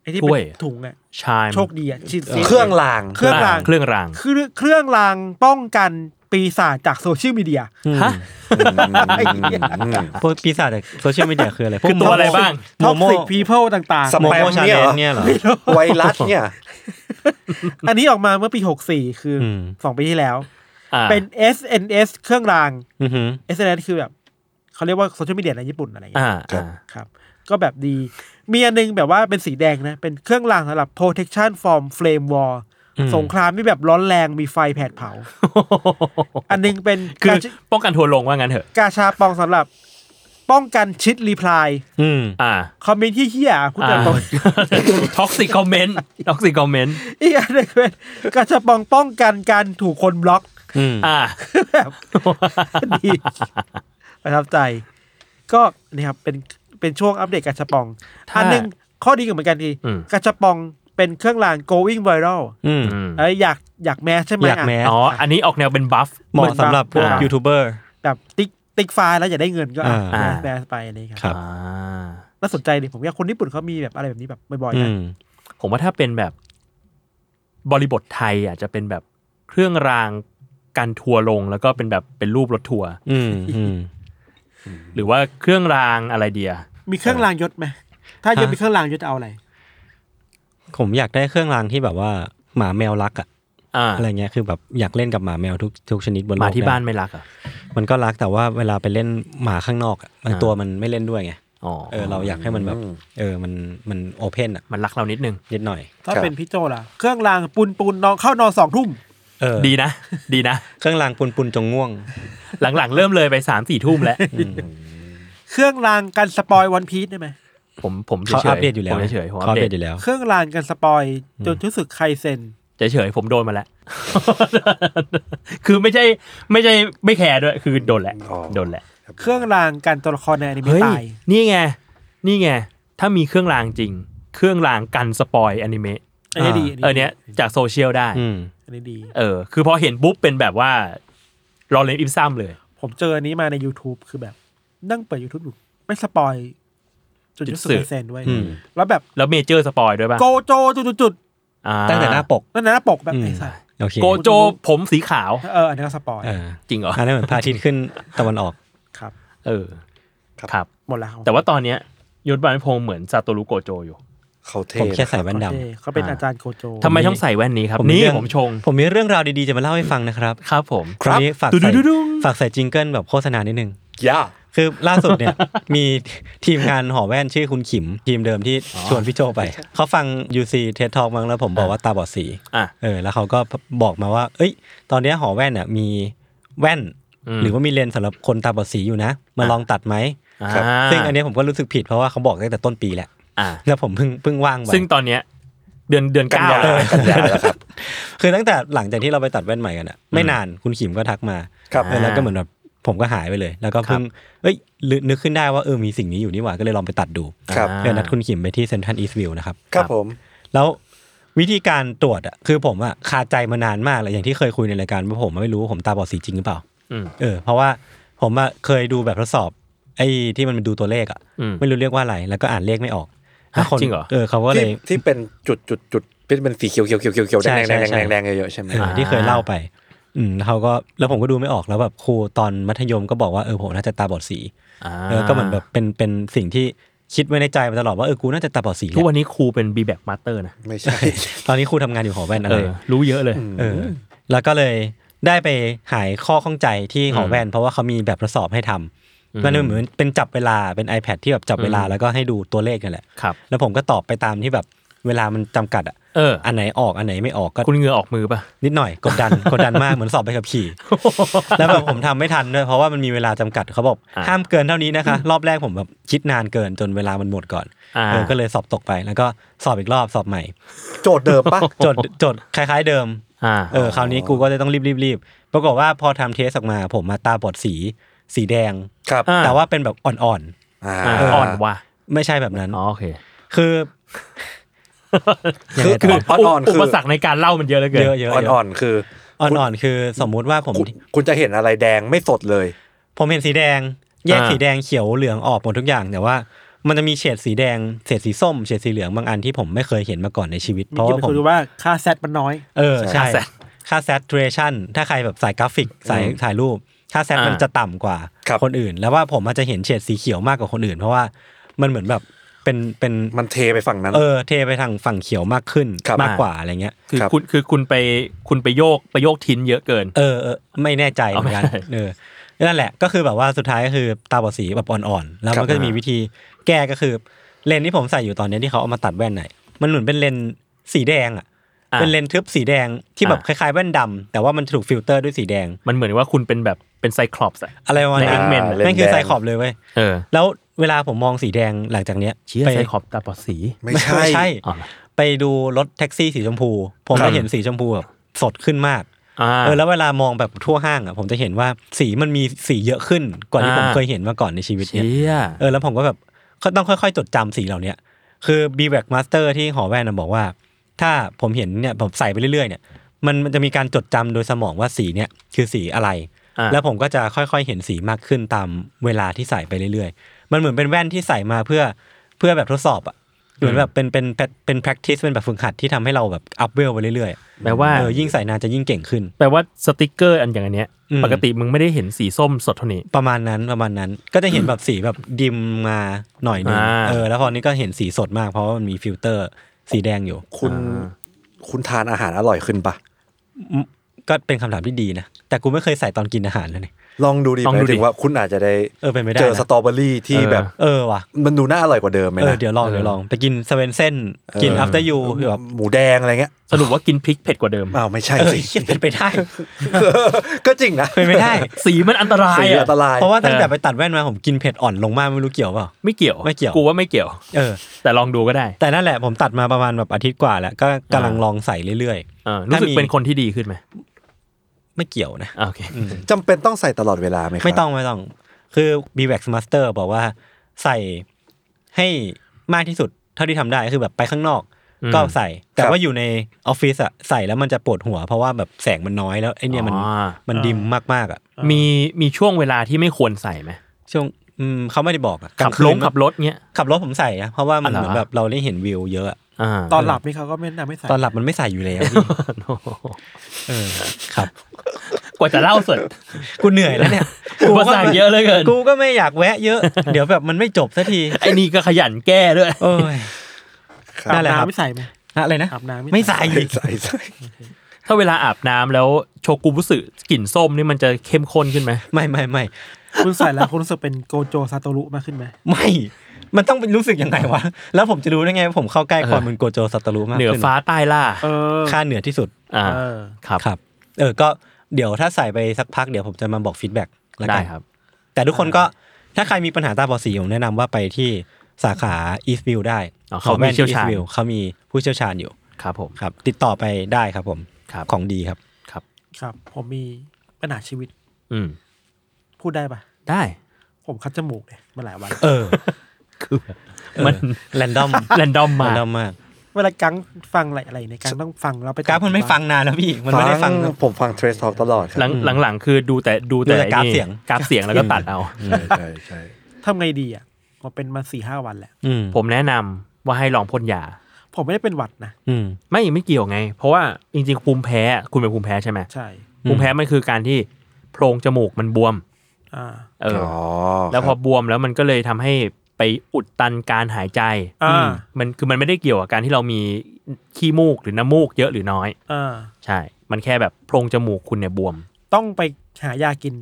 E: ไอที่
C: ถ้
E: เป็
C: วย
E: นถุงอ่ะ
C: ชาย
E: โชคดีอ่ะชิด
D: เครื่องราง
E: เครื่องราง
C: เครื่องราง
E: คือเครื่องรางป้องกันปีศาจจากโซเชียลมีเดีย
C: ฮะ
E: ไอ้เหี้ย
B: พวกปีศาจจากโซเชียลมีเดียคืออะไรพวก
C: คือตัวอะไรบ้าง
B: โม
E: ท็อก
B: โม
E: ซิกพีเพิลต่าง
D: ส
B: โม
D: แป
B: โม
D: ม
B: ชา
D: เนี่
B: เล
D: ยเหรอ
B: นเนี่ยเหรอ
D: ไวรัสเนี่ย
E: ๆ อันนี้ออกมาเมื่อปี 64 คืออ
B: ม
E: สองปีที่แล้ว
C: อ่า
E: เป็น SNS เครื่องราง
B: อือหือ
E: SNS คือแบบเขาเรียกว่าโซเชียลมีเดียในญี่ปุ่นอะไรอย่างเงี้ย
C: อ่า
D: ครับ
C: อ่า
E: ครับก็แบบดี มีอันนึงแบบว่าเป็นสีแดงนะ เป็นเครื่องรางสำหรับ protection from flame war
B: อืม
E: สงครามที่แบบร้อนแรงมีไฟแผดเผา อันนึงเป็น
C: คือก
E: าช
C: ป้องกันทัวร์ลงว่างั้นเถอะ
E: กาชาปองสำหรับป้องกันชิดรีプライ
B: อืม
C: อ่า
E: คอมเมนต์ที่เฮี้ยๆอ่ะคุณจะบอก
C: ท็อกซิคอมเมนต์ท็อกซิคอมเมนต์
E: อีกอันนึงเป็นกาชาปองป้องกันการถูกคนบล็อก
B: อืม
C: อ่า
E: แบบดีประทับใจ ก็นี่ครับเป็นเป็นช่วงอัปเดตกาชาปอง
C: ถ้า
E: อันหนึงข้อดีกับเหมือนกันที
C: อืม
E: กาชาปองเป็นเครื่องราง going viral
B: อืม
C: อืม
E: เอ้ยอยากอยากแมสใช่ไหม
B: อยากแมส
E: ะ
C: อ๋ออันนี้ออกแนวเป็นบัฟ
B: เหมาะสำหรับพวก
C: อ่ายู
B: ยูทูบเบอร์
E: แบบติ๊กติ๊กฟ้าแล้วอยากได้เงินก็อ่ะ
B: อ่า
E: แมสแมสไปอะไรค
B: ครั
E: รับบ
C: อ่า
E: น่าสนใจดิผมว่าคนญี่ปุ่นเขามีแบบอะไรแบบนี้แบบบ่อย
B: อื
E: ๆนะ
B: ม
C: ผมว่าถ้าเป็นแบบบริบทไทยอ่ะจะเป็นแบบเครื่องรางการทัวร์ลงแล้วก็เป็นแบบเป็นรูปรถทัวร์
B: อืมอืม
C: หรือว่าเครื่องรางอะไรเดีย
E: มีเครื่องรางยศไหมถ้ายัง
B: ฮะ
E: มีเครื่องรางยศจะเอาอะไร
B: ผมอยากได้เครื่องรางที่แบบว่าหมาแมวรักอะ
C: อ่า
B: อะไรเงี้ยคือแบบอยากเล่นกับหมาแมวทุกทุกชนิดบนโล
C: ห
B: ก
C: มาที่บ้าน
B: ได้
C: ไม่รักเหรอ่ะ
B: มันก็รักแต่ว่าเวลาไปเล่นหมาข้างนอกอะมันตัวมันไม่เล่นด้วยไง
C: อ๋อ
B: เออเราอยากให้มันแบบเออมันมันโอเพนอ่ะ
C: มันรักเรานิดนึง
B: นิดหน่อย
E: ถ้า
D: ครับ
E: เป็นพี่โจล่ะเครื่องรางปูนปูนนอนเข้านอนสองทุ่ม
B: เออ
C: ดีนะ ดีนะ
B: เครื่องรางปุนปุนจงง่วง
C: หลังๆ เริ่มเลยไปสามสี่ทุ่มแล้ว
E: เครื่องรางกันสปอยวันพีซได้ไหม
C: ผมผมฉยๆ
B: เขาอัปเดตอยู่แล้ว
C: ผมเฉยๆผม
B: เขา
C: อั
B: อั
C: ป
B: ป
C: เดต
B: เดตอยู่แล้ว
E: เครื่องรางกันสปอยจนรู้สึกใครเซ็น
C: เฉยๆผมโดนมาแล้ว คือไม่ใช่ไม่ใช่ไม่แคร์ด้วย คือโดนแหละ
D: อ๋อ
C: โดนแหละ
E: เครื่องรางกันตัวละครในอนิเมะ
C: เฮ้ย
E: ตาย
C: นี่ไง นี่ไง ถ้ามีเครื่องรางจริง เครื่องรางกันสปอยอนิเมะ
E: อันนี้ดี
C: เออเนี้ยจากโซเชียลได้
B: อืม
E: อันนี้ดี
C: เออ คือพอเห็นปุ๊บเป็นแบบว่ารอเลนอิมซัมเลย
E: ผมเจออันนี้มาใน YouTube คือแบบ นั่งเปิด YouTube อยู่ ไม่สปอย จนรู้สึก
C: จุดสื่อ
E: ใครเซ็นด้วย
B: อืม
E: แล้วแบบ
C: แล้วเมเจอร์สปอยด้วยป่ะ
E: โกโจจุดๆ
C: อ่า
B: ตั้งแต่หน้าปก
E: ๆนั่นนะหน้าปกแบบ
B: อืม
E: ไอ้สัส
B: โอเค
C: โกโจผมสีขาว
E: เอออันนี้ก็สปอย
B: เออ
C: จริงเหรอ
B: อันนั้นเหมือนพระอาทิตย์ขึ้นตะวันออก
E: ครับ
C: เออ
D: ครับ
C: ครับ
E: หมดแล้วครับ
C: แต่ว่าตอนเนี้ยยศบาลพงษ์เหมือนซาโตรุโกโจอยู่
D: เขาเท่
B: ผมแค่
D: นะ
B: ใส่แว่นดำ
E: โอเคเขาเป็น
C: อ่า
E: อาจารย์โกโจ
C: ทำไมต้องใส่แว่นนี้ครับ
B: ผมมี
C: นี่
B: เรื่อง
C: ผมชง
B: ผมมีเรื่องราวดีๆ จะมาเล่าให้ฟังนะครับ
C: ครับผม
B: วันนี้ฝาก
C: ดุดุ
B: ใส่
C: ดุดุง
B: ฝากใส่จิงเกิลแบบโฆษณานิดนึง
D: ย่า
B: คือล่าสุดเนี่ย มีทีมงานหอแว่นชื่อคุณขิม ทีมเดิมที่ชวนพี่โจไป เขาฟัง UC เทสทอกมั้งแล้วผมบอกว่าตาบอดสี
C: อ่ะ
B: เออแล้วเขาก็บอกมาว่า เอ้ย ตอนเนี้ยหอแว่นเนี่ยมีแว่น
C: อืม
B: หรือว่ามีเลนส์สำหรับคนตาบอดสีอยู่นะ มาลองตัดไหม
C: อ่า
D: ครับ
B: ซึ่งอันเนี้ยผมก็รู้สึกผิดเพราะว่าเขาบอกตั้งแต่ต้นปีแหละ
C: อ่า
B: แล้วผมเพิ่งเพิ่งว่างไป
C: ซึ่งตอนเนี้ย เดือนเดือน
D: กัน
C: เก้าย
D: ากันยาแล้วครับ
B: คือตั้งแต่หลังจากที่เราไปตัดแว่นใหม่กันอะไม่นานคุณขิมก็ทักมา
D: ครับ
B: เออแล้วก็เหมือนแบบผมก็หายไปเลย แล้วก็เพิ่งเอ้ยลืนึกขึ้นได้ว่าเออมีสิ่งนี้อยู่นี่หว่าก็เลยลองไปตัดดู
D: ครับ
C: อ่า
B: เออนัดคุณขิมไปที่เซ็นทรัลอีสต์วิวนะครับ
D: ครับผม
B: แล้ววิธีการตรวจอะคือผมอะคาใจมานานมากเลยอย่างที่เคยคุยในรายการว่าผมไม่รู้ว่าผมตาบอดสีจริงหรือเปล่า
C: อืม
B: เออเพราะว่าผมอะเคยดูแบบทดสอบ ไอ้ที่มันดูตัวเลขอะ
C: อืม
B: ไม่รู้เรียกว่าอะไรแล้วก็อ่านเลขไม่ออกแล้วคน
C: จริงเหรอ
B: เออเขาก็เล
D: ที่
B: ย
D: ที่เป็นจุดจุดจุดเป็นเป็นสีเขียวเขียวเขียวเขียวเขียวแด
B: ใช่
D: ง
B: ใช่
D: แดง
B: ใช่
D: แดงแดงเยอะๆใช่ไหม
B: เออที่เคยเล่าไป อืมแล้วเขาก็แล้วผมก็ดูไม่ออกแล้วแบบครูตอนมัธยมก็บอกว่าเออผมน่าจะตาบอดสี
C: อ่า
B: เออก็เหมือนแบบเป็นเป็นสิ่งที่คิดไว้ในใจมาตลอดว่าเออกูน่าจะตาบอดสีแห
C: ทุกวั
B: ละ
C: นนี้ครูเป็นบีแบ็กมาสเตอร์นะ
D: ไม่ใช่
B: ตอนนี้ครูทำงานอยู่หอแว่นอะ
C: เอ
B: ไร
C: อ รู้เยอะเลย
B: เออแล้วก็เลยได้ไปหายข้อข้องใจที่หอแว่น เพราะว่าเขามีแบบทดสอบให้ทำ
C: อืม
B: มันเหมือนเป็นจับเวลาเป็น iPad ที่แบบจับเวลาแล้วก็ให้ดูตัวเลขกันแหละ
C: ครับ
B: แล้วผมก็ตอบไปตามที่แบบ เวลามันจำกัดอะ
C: เออ
B: อันไหนออกอันไหนไม่ออกก็
C: คุณเหงือออกมือป่ะ
B: นิดหน่อยกดดัน กดดันมากเหมือนสอบไปขับขี่ แล้วแบบผมทำไม่ทันด้วยเพราะว่ามันมีเวลาจำกัดเขาบอก
C: อ่า
B: ห้ามเกินเท่านี้นะคะ รอบแรกผมแบบคิดนานเกินจนเวลามันหมดก่อน
C: อ่า
B: เออก็เลยสอบตกไปแล้วก็สอบอีกรอบสอบใหม่
D: โจทย์เดิมปะ
B: โจทย์โจทย์คล้าย ๆเดิม
C: อ่า
B: เออคราวนี้กูก็เลยต้องรีบรีบรีบปรากฏว่าพอทำเทสออกมา ผมมาตาบอดสีสีแดง
D: ครับ
C: อ่
B: แต่ว่าเป็นแบบอ่อน
D: อ่า
C: อ่าอ่อนว่ะ
B: ๆ ไม่ใช่แบบนั้น
C: อ๋อโอเค
B: คือ
D: คือคืออ่อน
C: อุ
D: ๆคือ
C: ปสรรคในการเล่ามันเยอะเหลือเกิน
B: เยอะๆเยอะๆ
D: อ่อนๆคือ
B: อ่อนๆคือสมมุติว่าผม
D: คุณคุณจะเห็นอะไรแดงไม่สดเลย
B: ผมเห็นสีแดง แยกสีแดงเขียวเหลืองออกหมดทุกอย่าง แต่ว่ามันจะมีเฉดสีแดงเฉดสีส้มเฉดสีเหลืองบางอันที่ผมไม่เคยเห็นมาก่อนในชีวิตเพ
E: มี
B: ราะ
E: กิม
B: ว่า
E: เป็น
B: ผ
E: ค
B: ม
E: นรู้ว่าค่าแซดมันน้อย
B: เออใช่
C: ค่าแซด
B: ค่าแซตูเรชันถ้าใครแบบสายกราฟิกสายถ่ายรูป ค่าแซด
C: อ่ามั
B: มันจะต่ำกว่า
D: ครับ
B: คนอื่น แล้วว่าผมอาจจะเห็นเฉดสีเขียวมากกว่าคนอื่น เพราะว่ามันเหมือนแบบเป็นเป็น
D: มันเทไปฝั่งนั้น
B: เออเทไปทางฝั่งเขียวมากขึ้น
D: ครับ
B: มากกว่าอะไรเงี้ย
C: คือ
D: ครับ
C: คุณคือคุณไปคุณไปโยกไปโยกทิ้นเยอะเกิน
B: เออเออไม่แน่ใจเหมือนกัน
C: เอาไม่ได้
B: เออนั่นแหละก็คือแบบว่าสุดท้ายก็คือตาบอดสีแบบอ่อนๆ แล้วมันก็จะมีวิธีแก้ก็คือเลนส์ที่ผมใส่อยู่ตอนเนี้ยที่เขาเอามาตัดแว่นไหนอยมันเหมือนเป็นเลนส์สีแดงอ่ะ
C: อ่ะ
B: เป็นเลนส์ทึบสีแดงที่แบบค
C: อ่ะ
B: ล้ายๆแว่นดำแต่ว่ามันถูกฟิลเตอร์ด้วยสีแดง
C: มันเหมือนว่าคุณเป็นแบบเป็นไซคลอปส์อะ
B: อะไรประมาณ
C: ใน
B: นั้น
C: X-Men
D: อ่ะ
B: นั่นคือ
D: เลนส์แดง
B: ไซคอบเลยเว้ย
C: เออ
B: แล้วเวลาผมมองสีแดงหลังจากเนี้ย
C: เชี่ย
B: ไป
C: ไซคลอปส์ตาบอดสี
D: ไม่
B: ไม่
D: ใช่
B: ใช่
C: อ๋อ
B: ไปดูรถแท็กซี่สีชมพู ผม
D: ครั
B: จะ
D: บ
B: เห็นสีชมพูแบบสดขึ้นมาก
C: อ่า
B: เออแล้วเวลามองแบบทั่วห้างอ่ะผมจะเห็นว่าสีมันมีสีเยอะขึ้นกว่าที่
C: อ่า
B: ผมเคยเห็นมาก่อนในชีวิตเนี่ย
C: เชี่ย
B: เออแล้วผมก็แบบก็ต้องค่อยๆ จดจำสีเหล่าเนี้ยคือ b w a c Master ที่หอแว่นนะบอกว่า ถ้าผมเห็นเนี่ยผมใส่ไปเรื่อยๆเนี่ยมันมันจะมีการจดจำโดยสมองว่าสีเนี่ยคือสีอะไร
C: อ่ะ
B: แล้วผมก็จะค่อยๆเห็นสีมากขึ้นตามเวลาที่ใส่ไปเรื่อยๆ มันเหมือนเป็นแว่นที่ใส่มาเพื่อเพื่อแบบทดสอบอ่ะเหมือนแบบเป็นเป็นเป็น practice เป็นแบบฝึกหัดที่ทำให้เราแบบ up w e l ไปเรื่อย
C: แปลว่า
B: ๆเออยิ่งใส่นานจะยิ่งเก่งขึ้น
C: แปลว่าสติกเกอร์อันอย่างอันเนี้ย
B: อืม
C: ปกติมึงไม่ได้เห็นสีส้มสดเท่านี้
B: ประมาณนั้นประมาณนั้นก็จะเห็นแบบสีแบบดิมมาหน่อยหนึง
C: อ่า
B: เออแล้วพอนี้ก็เห็นสีสดมากเพราะว่ามันมีฟิลเตอร์สีแดงอยู่
D: คุณคุณทานอาหารอร่อยขึ้นปะ
B: อืมก็เป็นคำถามที่ดีนะ แต่กูไม่เคยใส่ตอนกินอาหารเลยเนี่ย
D: ลองดูดี
C: ลอง
D: ห
C: ดู
D: มายถึ
C: ดิ
D: งว่าคุณอาจจะได้
B: เออเป็นไปได้นะ
D: เจอสตรอเบอรี่ที่
C: เออ
D: แบบ
B: เออว่ะ
D: มันดูน่าอร่อยกว่าเดิมไหม
B: เออ
D: นะ
B: เดี๋ยวลองเดี๋ยวลองไปกินสเวนเซนกินอัฟเตอร์ยูคือแบบ
D: หมูแดงอะไรเงี้ย
C: สรุปว่ากินพริกเผ็ดกว่าเดิม
D: อ้าวไม่ใช่
B: เออ
D: สิ
B: เหี้ยเป็นไปได้
D: ก็จริงนะ
B: เป็นไปได้
C: สีมันอันตราย
D: สี
C: อะ
D: อันตราย
B: เพราะว่าตั้งแต่ไปตัดแว่นมาผมกินเผ็ดอ่อนลงมากไม่รู้เกี่ยวเปล่า
C: ไม่เกี่ยว
B: ไม่เกี่ยว
C: กูว่าไม่เกี่ยว
B: เออ
C: แต่ลองดูก็ได้
B: แต่นั่นแหละผมตัดมาประมาณแบบอาทิตย์กว่าแล้วก็กำลังลองใส่เรื่อย
C: เออรู้สึก
B: ถ้ามี
C: เป็นคนที่ดีขึ้นไหม
B: ๆ ไม่เกี่ยวนะ
C: อ่ะโอเค
D: จำเป็นต้องใส่ตลอดเวลาไหมครับ
B: ไม่ต้องไม่ต้อง คือ b w a x Master บอกว่าใส่ให้มากที่สุดเท่าที่ทำได้คือแบบไปข้างนอก
C: อืม
B: ก็ใส่ แต่ว่าอยู่ในออฟฟิศอะใส่แล้วมันจะปวดหัว เพราะว่าแบบแสงมันน้อยแล้วไอเนี่ยมัน
C: อ๋อ
B: มันดิมมากๆอะ
C: มีมีช่วงเวลาที่ไม่ควรใส่ไหม
B: ช่วงอืมเขาไม่ได้บอกอะก
C: ขั
B: ลา
C: บ
B: งคื
C: ล
B: น
C: งขับรถเงี้ย
B: ขับรถผมใส่นะเพราะว่ามัน
C: อ๋อเห
B: เห
C: รอ
B: มือนแบบเราได้เห็นวิวเยอะอะ
C: อ่า
E: ตอนหลับนี่เขาก็ไม่แนะนำให้ใส่
B: ตอนหลับมันไม่ใส่อยู่แล้ว พี่
C: โอ้โห
B: เออครับ
C: กว่าจะเล่าเสร็จ
B: กูเหนื่อยแล้วเนี่ย
C: อุปสรรคเยอะเหลือเกิน
B: กูก็ไม่อยากแวะเย อะ เดี๋ยวแบบมันไม่จบสักที
C: ไอ้นี่ก็ขยันแก้ด้วย
B: โอ้ย
D: ครับ
B: นั่นแหละครั
E: อา
B: บ
E: บำไม่ใส่ไหม
B: อะไรนะ
E: อาบน้ำ
B: ไม่ใส่
D: ใส่ใส่ใส่
C: ถ้าเวลาอาบน้ำแล้วโชกุบุสึกลิ่นส้มนี่มันจะเข้มข้นขึ้นไหม
B: ไม่ไม่ไม่
E: คุณใส่แล้วคุณรู้สึกเป็นโกโจซาโตรุมากขึ้นไหม
B: ไม่ มันต้องเป็นรู้สึกยังไงวะ แล้วผมจะรู้ได้ไงว่าผมเข้าใกล้ความเป็นโกโจสัตรูมาก
C: เหนือ
B: ขึ้
C: ฟ้าใต้ล่า
E: เออ
B: ค่าเหนือที่สุด
C: อ่า
E: เออ
C: ครับ
B: ครับ เออ ก็เดี๋ยวถ้าใส่ไปสักพักเดี๋ยวผมจะมาบอกฟีดแบ็กแล้ว
C: ได้
B: กัน
C: ครับ
B: แต่ทุกคนก็ถ้าใครมีปัญหาตาบอดสีผมแนะนำว่าไปที่สาขา Eastview ได้
C: อ๋อเขามีเชี่ยวชาญ
B: ของแว่น Eastview เขามีผู้เชี่ยวชาญอยู่
C: ครับผม
B: ครับ ติดต่อไปได้ครับผม
C: ครับ
B: ของดีครับ
C: ครับ
E: ครับ ผมมีปัญหาชีวิต
C: อืม
E: พูดได้ปะ
C: ได้
E: ผมคัดจมูกเนี่ยมาหลายวัน
B: เออ
C: คือมัน
B: แรนด อม
C: แรนดอม
B: แร
C: มาน
B: ดอมมาก
E: เวลากังฟังอะไรอะไรในยกังต้องฟังเราไป
B: กราฟมันไม่ฟังนานแล้วพี่ มันไม่ได้ฟัง
D: ผมฟังเทรสทอ l k ตลอดค
C: ห
D: รั
C: ลั
D: บ
C: งหลังหลังคือดูแต่ดู
B: ดู
C: แต่
B: แต่กราฟ
C: นี่
B: เสียง
C: กราฟเสียงแล้วก็ตัดเอา
D: ใช่ใช่ใช่
E: ทำไงดีอ่ะผมเป็นมาสี่ห้าวันแล้ว
B: อืม
C: ผมแนะนำว่าให้ลองพ่นยา
E: ผมไม่ได้เป็นหวัดนะ
B: อืม
C: ไม่ไม่เกี่ยวไง เพราะว่าจริงๆภูมิแพ้คุณเป็นภูมิแพ้ใช่ไหม
E: ใช่
C: ภูมิแพ้มันคือการที่โพรงจมูกมันบวม
E: อ่า
C: เออ
D: อ๋อ
C: แล้วพอ
D: ครับบ
C: วมแล้วมันก็เลยทำให้ไปอุดตันการหายใจ
E: อ่า
C: มันคือมันไม่ได้เกี่ยวกับการที่เรามีขี้มูกหรือน้ำมูกเยอะหรือน้อย
E: อ่า
C: ใช่ มันแค่แบบโพรงจมูกคุณเนี่ยบวม
E: ต้องไปหายากิน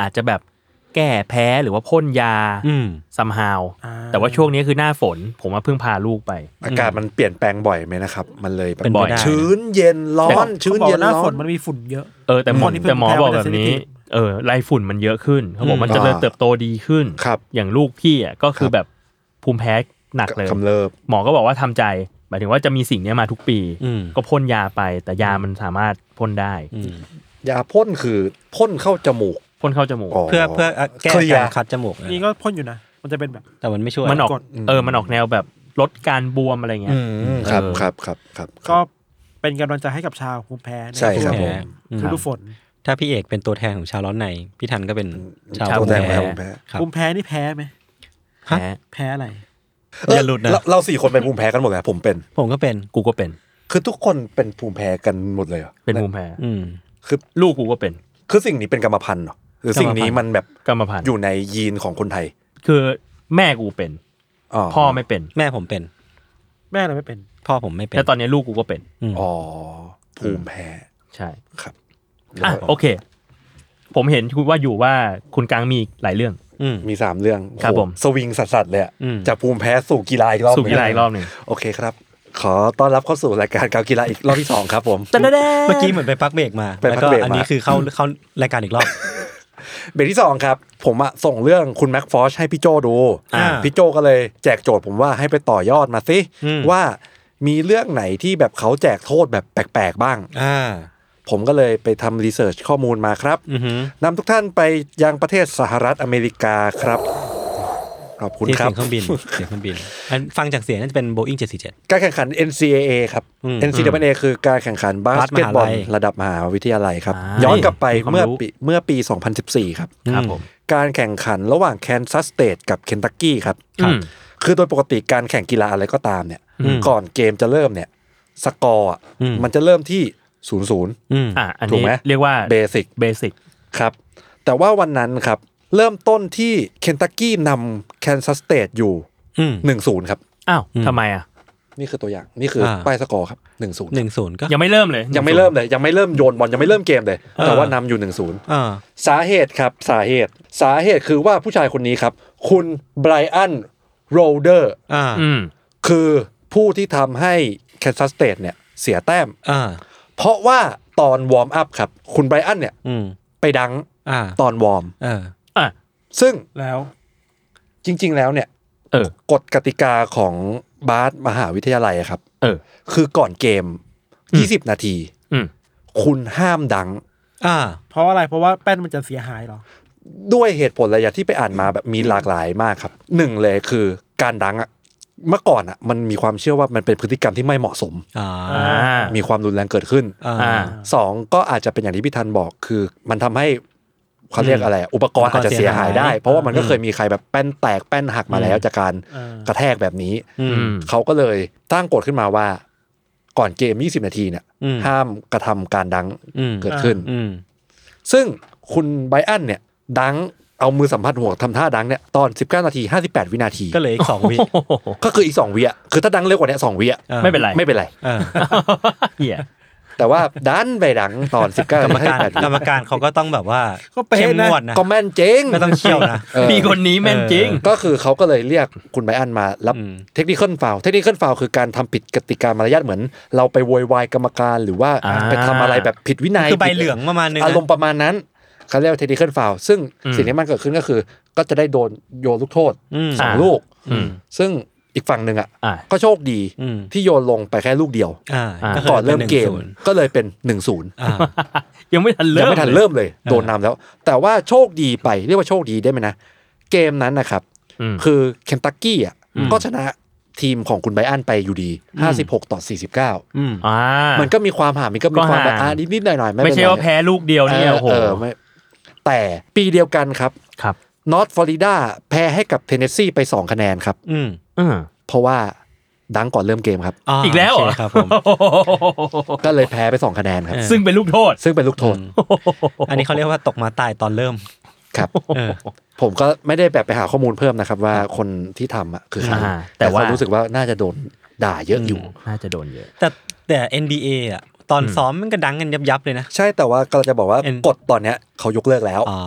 C: อาจจะแบบ แก้แพ้หรือว่าพ่นยา
B: อืม
C: ซัมฮาว
E: อ่า
C: แต่ว่าช่วงนี้คือหน้าฝน ผมว่าเพิ่งพาลูกไป
D: อากาศมันเปลี่ยนแปลงบ่อยไหมนะครับ มันเลยแบบ
B: เป็นไปได้
D: ชื้นเย็นร้อนชื้นเย็น
E: หน้า
D: ร้อ
E: ฝ
D: น
E: นมันมีฝุ่นเยอะ
C: เออแต่หม
E: ค
C: อ
E: นที่เพิ่ง
C: แต่หมอ
E: แพ้
C: บอก
E: มันจะ
C: แบบนี้
E: sensitive
C: เออไรฝุ่นมันเยอะขึ้นเขาบอก
B: อืม
C: มันเจริญ
D: อ่า
C: เติบโตดีขึ้น
D: ครับ
C: อย่างลูกพี่อ่ะก็คือ
D: ครับ
C: แบบภูมิแพ้หนักเลย
D: กำเริบ
C: หมอก็บอกว่าทำใจหมายถึงว่าจะมีสิ่งเนี้ยมาทุกปี
B: อืม
C: ก็พ่นยาไป แต่ยามันสามารถพ่นได้
B: อืม
D: ยาพ่นคือพ่นเข้าจมูก
C: พ่นเข้าจมูก
B: เพื่อเพื่อแก้
D: เคลีย
B: การ
D: ร์
B: คัดจมูกนะ
E: นี่ก็พ่นอยู่นะ มันจะเป็นแบบ
B: แต่มันไม่ช่วย
C: มันออก
E: กด
C: เออมันออกแนวแบบลดการบวมอะไรเงี้
D: อื
C: ย
D: มครับ
C: เออ
D: ครับครับครับ
E: ก็เป็นกำลังใจให้กับชาวภูมิแพ้
D: ใช่ครับ
E: ทุ
D: ผ
E: กฤ
D: ม
E: ดูฝน
B: ถ้าพี่เอกเป็นตัวแทนของชาวร้อนใน พี่ทันก็เป็นชาว
C: ชาว
B: ภูมิ
C: แพ้
B: แพ้
D: แพ้
B: ครับ
E: ภูมิแพ้นี่แพ้ไหม
C: แพ้
E: แพ้อะไร
B: อย่าหลุดนะ
D: เเราสี่คนเป็นภูมิแพ้กันหมดเลยผมเป็น
B: ผมก็เป็น
C: กูก็เป็น
D: คือทุกคนเป็นภูมิแพ้กันหมดเลยหรอ
C: เป็นภูมิแพ้
B: อืม
D: คือ
C: ลูกกูก็เป็น
D: คือสิ่งนี้เป็นกรรมพันธุ์เหรอหรือสิ่งนี้มันแบบ
C: กรรมพันธุ์
D: อยู่ในยีนของคนไทย
C: คือแม่กูเป็นพ่อไม่เป็น
B: แม่ผมเป็น
E: แม่เราไม่เป็น
B: พ่อผมไม่เป็น
C: แต่ตอนนี้ลูกกูก็เป็น
B: อืม
D: อ๋อภูมิแพ้
C: ใช่
D: ครับ
C: อ่ะโอเค ผมเห็นคุณว่าอยู่ว่าคุณกลางมีหลายเรื่อง
B: อืม
D: มีสามเรื่อง
C: ครับ
D: โอ้โห
C: ผม
D: สวิงสัสๆเลยอะ
B: อืม
D: จากภูมิแพ้สู่กีฬาอีกรอบ
C: สู่กีฬาอีกรอบหนึ่ง
D: โอเคครับ ขอต้อนรับเข้าสู่รายการกาวกีฬาอีกรอบที่สองครับผม
C: แต่แน่
B: เมื่อกี้เหมือนไปพักเบรกมา
D: ไป
B: แล้ว
D: พัก
B: ก็
D: เบรกมา
B: อันนี้คือเข้าเข้ารายการอีกรอบ
D: เบรกที่สองครับ ผมอะส่งเรื่องคุณแม็กฟอชให้พี่โจดู
B: อ่า
D: พี่โจก็เลยแจกโจทย์ผมว่าให้ไปต่อยอดมาสิ
B: อืม
D: ว่ามีเรื่องไหนที่แบบเขาแจกโทษแบบแปลกๆบ้าง
B: อ่า
D: ผมก็เลยไปทำรีเสิร์ชข้อมูลมาครับ
B: อือหือน
D: ำทุกท่านไปยังประเทศสหรัฐอเมริกาครับ ขอบคุณ
B: ที่
D: ครั
B: เสียง
D: บ
B: เครื่องบิน เสียงเครื่องบินอันฟังจากเสียงน่าจะเป็น Boeing 747
D: การแข่งขัน NCAA ครับ
B: อืม
D: NCAA คือการแข่งขันบาสเกตบอลระดับมหาวิทยาลัยครับ
C: า
D: ย้อนกลับไป
C: มีความ
D: เมื่อ
C: รู้
D: ปีเมื่อปี 2014 ครับ
C: ครับผม
D: การแข่งขันระหว่างแคนซัสสเตทกับเคนตักกี้ครับ
C: อืม
D: คือโดยปกติการแข่งกีฬาอะไรก็ตามเนี่ย
B: อืม
D: ก่อนเกมจะเริ่มเนี่ยสกอร์อะ
B: อืม
D: มันจะเริ่มที่ศูนย์ศูนย์
B: อืม
C: อ่ะอัน
D: ถูก
C: นี้
D: ไหม
C: เรียกว่า
D: เบสิก
C: เบสิก
D: ครับ แต่ว่าวันนั้นครับ เริ่มต้นที่เคนตักกี้นำแคนซัสสเตทอยู่
B: อืม
D: หนึ่งศูนย์ครับ
C: อ้าว
B: อืม
C: ทำไมอ่ะ
D: นี่คือตัวอย่างนี่คืออา ป้ายสกอร์ครับหนึ่งศูนย์
B: หนึ่งศูนย์ก็
C: ยังไม่เริ่มเลย
D: ยังไม่เริ่มเลย ยังไม่เริ่มโยนบอลยังไม่เริ่มเกมเลย แต่ว่านำอยู่หนึ่งศูนย์
B: อ่า
D: สาเหตุครับสาเหตุสาเหตุคือว่าผู้ชายคนนี้ครับ คุณไบรอันโรเดอร์
B: อ่า
C: อืม
D: คือผู้ที่ทำให้แคนซัสสเตทเนี่ยเสียแต้ม
B: อ่า
D: เพราะว่าตอนวอร์มอัพครับ คุณไบรอันเนี่ย
B: อืม
D: ไปดัง
B: อ่า
D: ตอนวอร์ม
B: เออ
C: อ่ะ
D: ซึ่ง
E: แล้ว
D: จริง ๆ แล้วเนี่ย
C: เออ
D: กฎกติกาของบาสมหาวิทยาลัยอะครับ
C: เออ
D: คือก่อนเกม
C: อืม
D: 20 นาที
C: อืม
D: คุณห้ามดัง
B: อ่า
E: เพราะอะไรเพราะว่าแป้นมันจะเสียหายเหรอ
D: ด้วยเหตุผลอะไรอย่างที่ไปอ่านมาแบบมีหลากหลายมากครับหนึ่งเลยคือการดังอะเมื่อก่อนอะมันมีความเชื่อว่ามันเป็นพฤติกรรมที่ไม่เหมาะสม
B: อ่า
E: อ่
C: อ่า
D: มีความรุนแรงเกิดขึ้น
B: อ่า
C: อ่า
D: สองก็อาจจะเป็นอย่างที่พี่ทันบอกคือมันทำให้เขาเรียกอะไรอุปกรณ์อาจจะเสียหายได้
B: อุปกรณ์เสียหาย
D: เพราะว่ามันก็เคยมีใครแบบแป้นแตกแป้นหักมาแล้ว จากการ
E: เออก
D: ระแทกแบบนี้
B: อื
C: อื
B: ม
C: ม
D: เขาก็เลยตั้งกฎขึ้นมาว่า ก่อนเกม 20 นาทีเนี่ย
B: อืม
D: ห้ามกระทำการดัง
B: อืม
D: เกิดขึ้น
B: อืม
D: ซึ่งคุณไบรอันเนี่ยดังเอามือสัมผัสหัวทำท่าดังเนี่ยตอน 19 นาที 58 วินาที
B: ก็เหลยอีกสองวิ
D: ก็คืออีก 2 วิอ่ะคือถ้าดังเร็วกว่าเนี้2วิอ่ะ
B: อ่า
C: ไม่เป็นไร
D: ไม่เป็นไร
B: เออ
C: เหี้ย
D: แต่ว่าดันไปดังตอน 19
B: กร
D: นาร
B: ม
D: ที
B: การ
D: 58
B: กรรมการเขาก็ต้องแบบว่า
E: ก็เป๊ะนะ
B: เข้มงวดนะ
D: ก็แม่นเจ๊ง
B: ไม่ต้องเชี่ยวนะ
D: เออ
C: มีคนนี้แม่นจริง
D: ก็คือเขาก็เลยเรียกคุณไบรอันมารับ
B: อืม
D: เทคนิค a ลฟาวเทคนิค a ลฟาวคือการทำผิดกติกามารยาทเหมือน เราไปโวยวายกรรมการหรือว่า
C: อ่า
D: ไปทำอะไรแบบผิดวินัย
B: คือใบเหลืองประมาณนึงนะ
D: อารมณ์ประมาณนั้นเขาเรียกว่าเทคนิค a ลฟาวซึ่งสิ่งที่มันเกิดขึ้นก็คือ ก็จะได้โดนโยนลูกโทษ
B: อืม
D: สองลูก
C: อืม
D: ซึ่งอีกฝั่งหนึ่งอ่ะ
C: อ่า
D: ก็โชคดี
B: อืม
D: ที่โยนลงไปแค่ลูกเดียว
B: อ่าคื
D: ก่อนเริ่มเกม
B: ป็นหงศูนย์
D: ก็เลยเป็น1นศูนย์
B: อ่า
C: ยังไม่ทันเริ่
D: ยัง
C: ม
D: ไม่ทันเริ่มเลย โดนนำแล้ว แต่ว่าโชคดีไปเรียกว่าโชคดีได้ไหมนะเกมนั้นนะครับ
C: อืม
D: คือเคนตักกี้อ่ะ
C: อืม
D: ก็ชนะทีมของคุณไบรอันไปอยู่ดี 56 ต่อ
B: อืม
C: อ่ามั
D: 49มันก็มีความห่างมันก็มีความแบบ
C: ก็ห่าง
D: อ่านิดๆหน่อยๆ ไม่
C: ไม่
D: เป็น
C: ใช่ว่าแพ้ลูกเดียว
D: ไร
C: เนี่ยโอ้โห
D: เออไม่แต่ปีเดียวกันครับ
C: ครับ
D: นอตฟลอริดาแพ้ให้กับเทนเนสซีไป 2 คะแนนครับ
B: อืม
C: อืม
D: เพราะว่าดังก่อนเริ่มเกมครับ
B: า
C: อีกแล้วเหรอ
B: โเคครับผม
C: โอ้โห
D: ก็เลยแพ้ไป 2 คะแนนครับ
B: เออ
C: ซึ่งเป็นลูกโทษ
D: ซึ่งเป็นลูกโทษ
B: อันนี้เขาเรียกว่าตกมาตายตอนเริ่ม
D: ครับ
B: เออ
D: ผมก็ไม่ได้แบบไปหาข้อมูลเพิ่มนะครับว่าคนที่ทำอ่ะคือใคร
C: อ่าแต่
D: แต่
C: ว่า
D: ว่ารู้สึกว่าน่าจะโดนด่าเยอะอยู่
C: น่าจะโดนเยอะ
B: แต่แต่ NBA อ่ะ ตอนซ้อมมันก็ดังกันยับยับๆเลยนะ
D: ใช่แต่ว่ากำลังจะบอกว่า
B: เอ็น
D: กฎตอนเนี้ยเขายกเลิกแล้ว
B: อ๋อ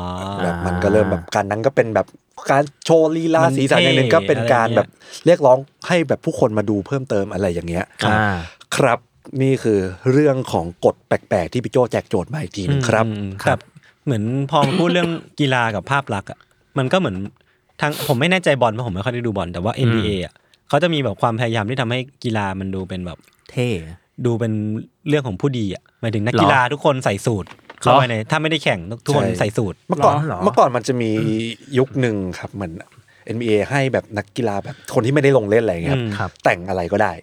D: แบบมันก็เริ่มแบบการนั้นก็เป็นแบบการโชว์ลีลา
B: มัน
D: สีสันอย่างหนึ่ง
B: เท่
D: ก็เป็นการ
B: อะไรเงี้ย
D: แบบเรียกร้องให้แบบผู้คนมาดูเพิ่มเติมอะไรอย่างเงี้ย
C: อ่า
D: ครับนี่คือเรื่องของกฎแปลกๆ ที่พี่โจแจกโจทย์มาอีกทีหนึงครับ
B: อืมแต่เหมือนพอมาพูดเรื่อง กีฬากับภาพลักษณ์อ่ะมันก็เหมือนทางผมไม่แน่ใจบอลเพราะผมไม่ค่อยได้ดูบอลแต่ว่า NBA อ่ะเขาจะมีแบบความพยายามที่ทำให้กีฬามันดูเป็นแบบ
C: เท่
B: ดูเป็นเรื่องของผู้ดีอ่ะหมายถึงนัก
C: เหรอ
B: กีฬาทุกคนใส่สูตร
C: เห
B: เข้า
C: รอ
B: ไปในถ้าไม่ได้แข่งทุกคน
D: ใช่
B: ใส่สูตร
D: เมื่อก่อน
C: เหรอเหรอ
D: เมื่อก่อนมันจะมียุคหนึ่งครับเหมือน NBA ให้แบบนักกีฬาแบบคนที่ไม่ได้ลงเล่นอะไรเงี้ย
B: อืม
D: ครับแต่งอะไรก็ได้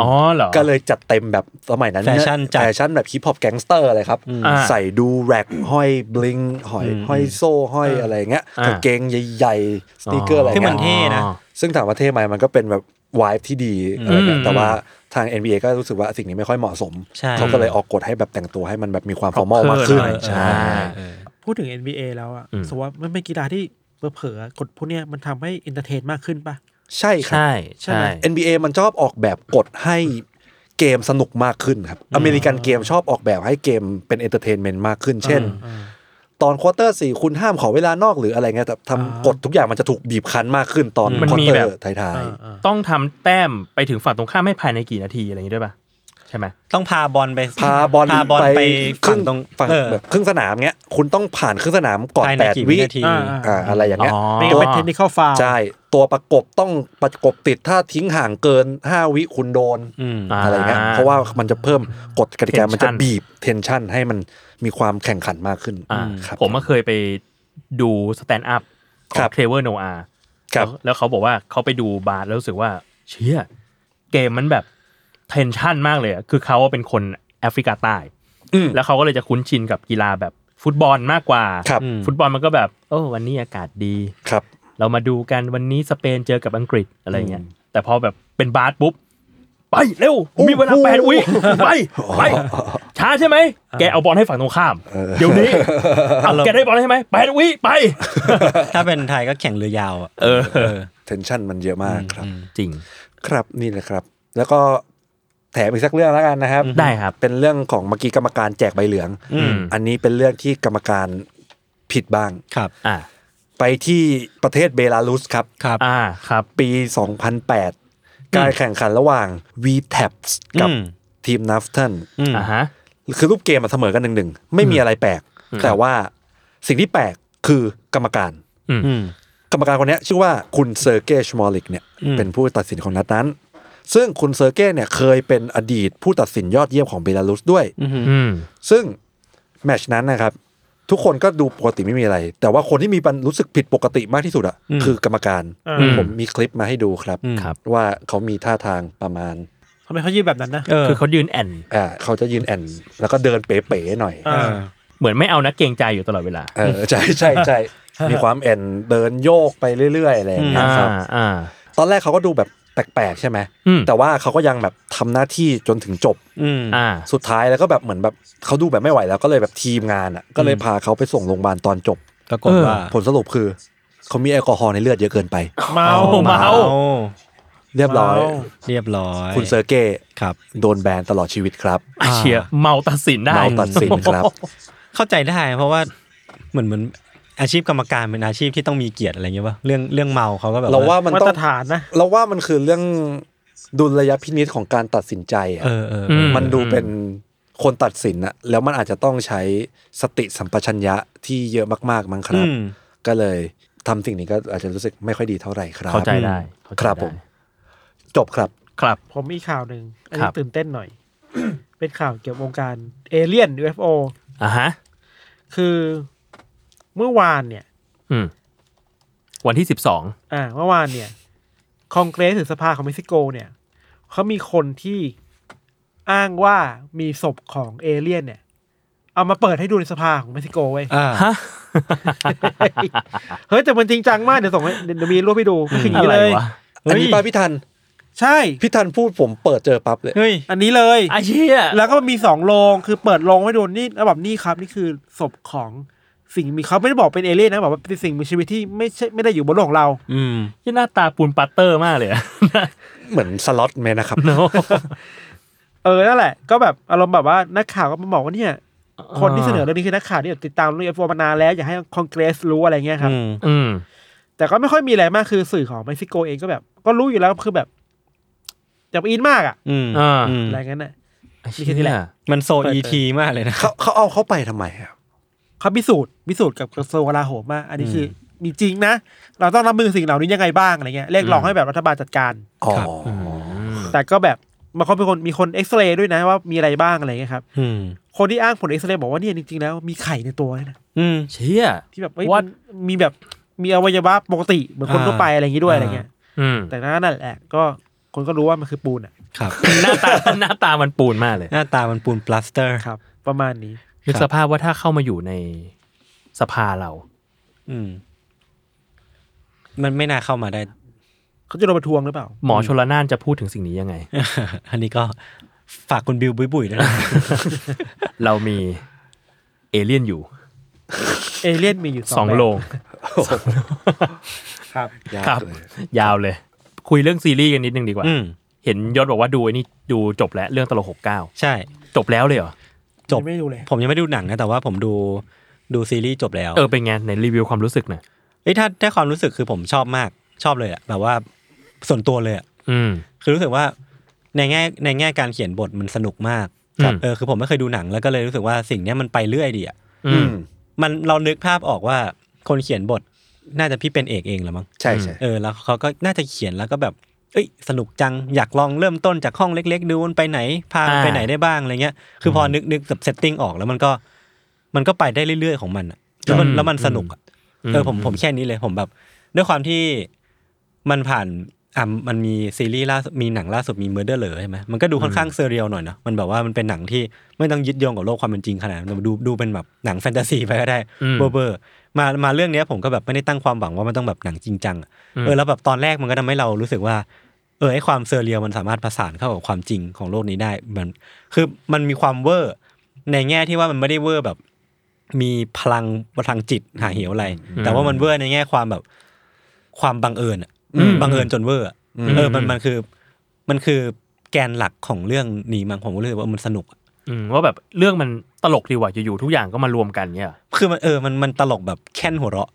C: อ๋อเหรอ
D: ก็เลยจัดเต็มแบบสมัยนั้น
B: แฟชั่นจัด
D: แฟชั่นแบบฮิปฮอปแก๊งสเตอร์อะไรครับ
C: อ่า
D: ใส่ดูแร็กห้อยบลิงห้อย
B: อืม
D: ห้อยโซ่ห้อยอะไรเงี้ย
C: อ่าก
D: กางเกงใหญ่ๆสติกเกอร์อะไร
B: ที่มั
D: เงี้
B: น
D: ย
B: เท่นะ
D: ซึ่งถามว่าเท่ไหมมันก็เป็นแบบวายที่ดีอะไรเงี้ย
C: อืม
D: แต่ว่าทาง NBA ก็รู้สึกว่าสิ่งนี้ไม่ค่อยเหมาะสม
B: ใช่
D: เขาก็เลยออกกฎให้แบบแต่งตัวให้มันแบบมีความฟอร์มอลมาก
B: เอ
D: ขึ้น
B: อเออ
D: ใช่
B: เออ
E: พูดถึง NBA แล้วอ่ะ
C: อืม
E: สมมติว่ามันเป็นกีฬาที่เผลอๆกฎพวกเนี้ยมันทำให้เอนเตอร์เทนมากขึ้นปะ
D: ใช่ครับ
C: ใช่
E: ใช่
C: ใช่
E: ไหม
D: NBA มันชอบออกแบบกฎให้เกมสนุกมากขึ้นครับ อเมริกันเกมชอบออกแบบให้เกมเป็นเอนเตอร์เทนเมนต์มากขึ้น เช่น
E: อ่า
D: ตอนควอเตอร์สี่คุณห้ามขอเวลานอกหรืออะไรเงี้ยแต่ทำกฎทุกอย่างมันจะถูกบีบคั้นมากขึ้นตอน
C: มัน
D: ควอ
C: มี
D: เตอ
C: แบบ
D: ร์ท้าย
E: อ่าๆ
C: ต้องทำแต้มไปถึงฝั่งตรงข้ามให้ภายในกี่นาทีอะไรอย่างนี้ด้วยป่ะ ใช่ไหม
B: ต้องพาบอลไป
D: ๆพาบอล
B: พาบอลไป
D: ค
B: ฝั่
D: รึ่
B: ง
D: ง
B: ตรง
D: ฝั่ง
B: เออ
D: แบบครึ่งสนามเงี้ยคุณต้องผ่านครึ่งสนามก่อน
B: ภายใน
D: แปด
B: กี่
D: วิ
B: นาที
E: อ่าๆ
D: อ่าอะไรอย่างเงี้ย
C: อ๋อ
E: ไม่งั้นเป็นเทคนิคอลฟาว
D: ใช่ ตัวประกบต้องประกบติดถ้าทิ้งห่างเกิน 5 วิคุณโดน
B: อืม
D: อะไรเงี้ยเพราะว่ามันจะเพิ่มกฎกติกา
C: Tension
D: มันจะบีบเทนชันให้มันมีความแข่งขันมากขึ้น
C: อ่า
D: ครับ
C: ผมก็เคยไปดูสแตนด์อัพขอ
D: ครั
C: ง
D: บ
C: เทรเวอร์โนอา
D: ครับ
C: แล้วเขาบอกว่าเขาไปดูบาสแล้วรู้สึกว่า เชี่ยเกมมันแบบเทนชันมากเลยอะคือเขาเป็นคนแอฟริกาใต้
D: อืม
C: แล้วเขาก็เลยจะคุ้นชินกับกีฬาแบบฟุตบอลมากกว่า
D: ครับ
C: ฟุตบอลมันก็แบบโอ้วันนี้อากาศดี
D: ครับ
C: เรามาดูกันวันนี้สเปนเจอกับอังกฤษอะไรเงี้ยแต่พอแบบเป็นบาสปุ๊บ ไปเร็ว มีเวลา
D: โอ้โห
C: แปดวิไป ไปช้าใช่ไหม แกเอาบอลให้ฝั่งตรงข้าม เดี๋ยว นี้เอาแกได้บอลแล้วใช่ไหมแปดวิไป
B: ถ้าเป็นไทยก็แข่งเรือยาวอะ
C: เออ
D: เทนชันมันเยอะมากครับ
C: จริง
D: ครับนี่แหละครับ แล้วก็แถมอีกสักเรื่องแล้วกันนะครับ
C: ได้ครับ
D: เป็นเรื่องของเมื่อกี้กรรมการแจกใบเหลือง
C: อืม
D: อันนี้เป็นเรื่องที่กรรมการผิดบ้าง
B: ครับ
C: อ่า
D: ไปที่ประเทศเบลารุสครับ
B: ครับ
C: อ่าครับ
D: ปี 2008 การแข่งขันระหว่าง v t a p s กับ
B: อืม
D: ทีม n a f t o n
B: อืม
C: อ่าฮะ
D: คือรูปเกมมันเสมอกันหนึ่งหนึ่งไม่มีอะไรแปลก แต่ว่าสิ่งที่แปลกคือกรรมการ
B: อืม
D: กรรมการคนเนี้ยชื่อว่าคุณเซอร์เกย์ชมอลิกเนี่ย
B: อืม
D: เป็นผู้ตัดสินของนัดนั้น ซึ่งคุณเซอร์เกย์เนี่ยเคยเป็นอดีตผู้ตัดสินยอดเยี่ยมของเบลารุสด้วย
C: อืม
D: ซึ่งแมตชนั้นนะครับ ทุกคนก็ดูปกติไม่มีอะไร แต่ว่าคนที่มีปัญรู้สึกผิดปกติมากที่สุดอะคือกรรมการ
C: อืม
D: ผมมีคลิปมาให้ดูครับ
B: อืม
C: ครับ
D: ว่าเขามีท่าทางประมาณ
E: ทำไมเขายืนแบบนั้นนะ
B: เออ
C: คือเขายืนแอน
D: อ่าเขาจะยืนแอนแล้วก็เดินเป๋ๆหน่อย
E: เออ
C: เหมือนไม่เอานักเกรงใจอยู่ตลอดเวลา
D: เออ ใช่ใช่ ใช่มีความแอนเดินโยกไปเรื่อยๆอะไรอย่างเงี้
C: อ่าย
D: ครับ
C: อ่า
D: ตอนแรกเขาก็ดูแบบแปลกๆใช่ไหม
C: อืม
D: แต่ว่าเขาก็ยังแบบทำหน้าที่จนถึงจบ
B: อืม
C: อ่า
D: สุดท้ายแล้วก็แบบเหมือนแบบเขาดูแบบไม่ไหวแล้วก็เลยแบบทีมงานอ่ะ ก็เลยพาเขาไปส่งโรงพยาบาลตอนจบ
B: ปรากฏว่า
D: ผลสรุปคือ เขามีแอลกอฮอล์ในเลือดเยอะเกิน ไป
E: เมา
C: เมา
D: เรียบร้อย
E: เมา
B: เรียบร้อย
D: คุณเซอร์เก้
B: ครับ
D: โดนแบนตลอดชีวิตครับ
C: เชียเมาตัดสินได้
D: เราตัดสินครับ
B: เข้าใจได้ เพราะว่าเหมือนเหมือนอาชีพกรรมการเป็นอาชีพที่ต้องมีเกียรติอะไรเงี้ยป่ะเรื่องเรื่องเมาเขาก็แบบ
D: เราว่ามัน
E: มา
D: ต้อ
E: ตรง ฐานนะ
D: เราว่ามันคือเรื่องดุลยพินิจของการตัดสินใจอะ
B: เออเออ
C: อืม
D: มันดูเป็นคนตัดสินอะแล้วมันอาจจะต้องใช้สติสัมปชัญญะที่เยอะมากๆมั้งค
B: อื
D: รับ
B: ม
D: ก็เลยทำสิ่งนี้ก็อาจจะรู้สึกไม่ค่อยดีเท่าไหร่ครับ
C: เข้าใจได้เข้าใจ
D: ครับ
C: ได้
D: ผม จบครับ
C: ครับ
E: ผมมีข่าวหนึ่ง อัน
C: ครั
E: นี้
C: บ
E: ตื่นเต้นหน่อย เป็นข่าวเกี่ยวกับวงการเอเลี่ยน UFO
C: อ่าฮะ
E: คือเมื่อวานเนี่ย
C: อืม วันที่สิบสอง
E: อ่า เมื่อวานเนี่ย คองเกรสหรือสภาของเม็กซิโกเนี่ย เขามีคนที่อ้างว่ามีศพของเอเลี่ยนเนี่ย เอามาเปิดให้ดูในสภาของเม็กซิโกเว้ย
B: อ่า
C: ฮะ
E: เฮ้ย แต่มันจริงจังมาก เดี๋ยวส่งให้เดี๋ยวมีรูปให้ดูมันคืออย่าง
C: อะ
E: นี้
C: ไร
E: เลย
C: วะ
D: อันนี้ป้าพี่ทัน
E: ใช่
D: พี่ทันพูดผมเปิดเจอปั๊บเลย
B: เฮ้ย
E: อันนี้เลย
C: ไอ้เชี่ย
E: แล้วก็มีสองโรงคือเปิดโรงไว้ดูนี่แล้วแบบนี่ครับ นี่คือศพของสิ่งมีเขาไม่ได้บอกเป็นเอเลี่ยนนะบอกว่าเป็นสิ่งมีชีวิตที่ไม่ใช่ไม่ได้อยู่บนโลกของเรา
B: อืม
C: ยี่หน้าตาปูนปัตเตอร์มากเลยอะ
D: เหมือนสล็อตไหมนะครับ
C: โน
E: เออนั่นแหละ ก็แบบอารมณ์แบบว่านักข่าวก็มาบอกว่าเนี่ยคนที่เสนอเรื่องนี้คือนักข่าวที่แบบติดตามเรื่องเอฟมานานแล้วอยากให้คอนเกรสรู้อะไรเงี้ยครับ
B: อืม
C: อืม
E: แต่ก็ไม่ค่อยมีอะไรมากคือสื่อของเม็กซิโกเองก็แบบ ก็รู้อยู่แล้วคือแบบจะอินมากอะ
B: อืม
C: อ่า
B: อืม
E: อะไรเงี้ยน่ะ มี
C: มี
E: แค่นี้แหละ
B: มันโซอีทีมากเลยนะ
D: เขาเขาเอาเขาไปทำไมครับ
E: เขาพิสูจน์พิสูจน์กับกระทรวงกลาโหมว่าอันนี้คือมีจริงนะ เราต้องรับมือสิ่งเหล่านี้ยังไงบ้างอะไรเงี้ยเรียกร้องให้แบบรัฐบาลจัดการ
D: อ๋อ
B: ครับ
E: แต่ก็แบบมันก็เป็นคนมีคนเอ็กซเรย์ด้วยนะว่ามีอะไรบ้างอะไรเงี้ยครับ
B: อืม
E: คนที่อ้างผลเอ็กซเรย์บอกว่าเนี่ยจริงๆแล้วมีไข่ในตัวด้วยนะ
B: อืม
C: เชี่ย
E: ที่แบบเอ้ย
C: What?
E: มันมีแบบมีอวัยวะปกติเหมือนคน
B: อ่า
E: ทั่วไปอะไรอย่างนี้ด้วยอะไรเงี้ย
C: อืม
E: แต่นั่นแหละก็คนก็รู้ว่ามันคือปูนอ่ะ
B: ครับ
C: หน้าต าหน้าตามันปูนมากเลย
B: หน้าตามันปูนปลาสเตอร์
E: ครับ ประมาณนี้
C: นึกสภาพว่าถ้าเข้ามาอยู่ในสภาเรา
B: อืม มันไม่น่าเข้ามาได้
E: เขาจะโดนประท้วงหรือเปล่า
C: หมอชลนานจะพูดถึงสิ่งนี้ยังไง
B: อันนี้ก็ฝากคุณบิวบุยบุยด้วยนะ
C: เรามีเอเลี่ยนอยู่
E: เอเลี่ยนมีอยู่
C: สอง
E: แบบ
C: โลง
E: ครับ
D: ยาก
C: ครับ
D: เลย
C: ยาวเลย คุยเรื่องซีรีส์กันนิดนึงดีกว่า
B: อืม
C: เห็นยศบอกว่าดูไอ้นี่ดูจบแล้วเรื่องตลกหกเก้า
B: ใช่
C: จบแล้วเลยเหรอ
B: จบ
E: ไม่ดูเลย
B: ผมยังไม่ได้ดูหนังนะ แต่ว่าผมดูดูซีรีส์จบแล้ว
C: เออเป็นไงในรีวิวความรู้สึกหน่อย
B: เอ้ยถ้าถ้าความรู้สึกคือผมชอบมากชอบเลยอะแบบว่าส่วนตัวเลยอะ
C: อืม
B: คือรู้สึกว่าในแง่ในแง่การเขียนบทมันสนุกมากครับ
C: อืม
B: เออคือผมไม่เคยดูหนังแล้วก็เลยรู้สึกว่าสิ่งเนี้ยมันไปเรื่อยดีอ่ะ
C: อืม
B: มันเรานึกภาพออกว่าคนเขียนบทน่าจะพี่เป็นเอกเองเหรือมั้ง
D: ใช่ใช่
B: เออแล้วเขาก็น่าจะเขียนแล้วก็แบบ เอ้ยสนุกจังอยากลองเริ่มต้นจากห้องเล็ก ๆ ดูมันไปไหนพา
C: อ่า
B: ไปไหนได้บ้างอะไรเงี้ยคือพอนึกนึกแบบเซตติ้งออกแล้วมันก็มันก็ไปได้เรื่อยๆของมันอะแล้วมันแล้วมันสนุกอะ เออผมผมแค่นี้เลยผมแบบ ด้วยความที่มันผ่านอ่ะมันมีซีรีส์ล่าสุดมีหนังล่าสุดมีเมอร์เดอร์เลยใช่ไหมมันก็ดูค่อนข้างเซเรียลหน่อยเนาะมันแบบว่ามันเป็นหนังที่ไม่ต้องยึดโยงกับโลกความเป็นจริงขนาดนั้นดูดูเป็นแบบหนังแฟนตาซีไปก็ได้
C: อืม
B: เบอร์เบอร์มามาเรื่องเนี้ยผมก็แบบไม่ได้ตั้งความหวังว่ามันต้องแบบหนังจริงจังอะ
C: อืม
B: เออแล้วแบบตอนแรกมันก็ทำให้เรารู้สึกว่า เออไอความเซเรียลมันสามารถประสานเข้ากับความจริงของโลกนี้ได้มันคือมันมีความเวอร์ ในแง่ที่ว่ามันไม่ได้เวอร์แบบ มีพลังพลังจิตหาเหวอะไร
C: อืม
B: แต่ว่ามันเวอร์ในแง่ความแบบ ความบังเอิญอะ
C: อืม
B: บังเอิญจนเวอร์อะเออมัน
C: อืม
B: มันคือ มันคือแกนหลักของเรื่องนี้มั้งผมก็รู้สึกว่ามันสนุกอะ
C: อืมว่าแบบเรื่องมันตลกดีว่ะอยู่ๆทุกอย่างก็มารวมกันเนี่ยเหรอ
B: คือมันเออมันมันตลกแบบแค่นหัวเราะ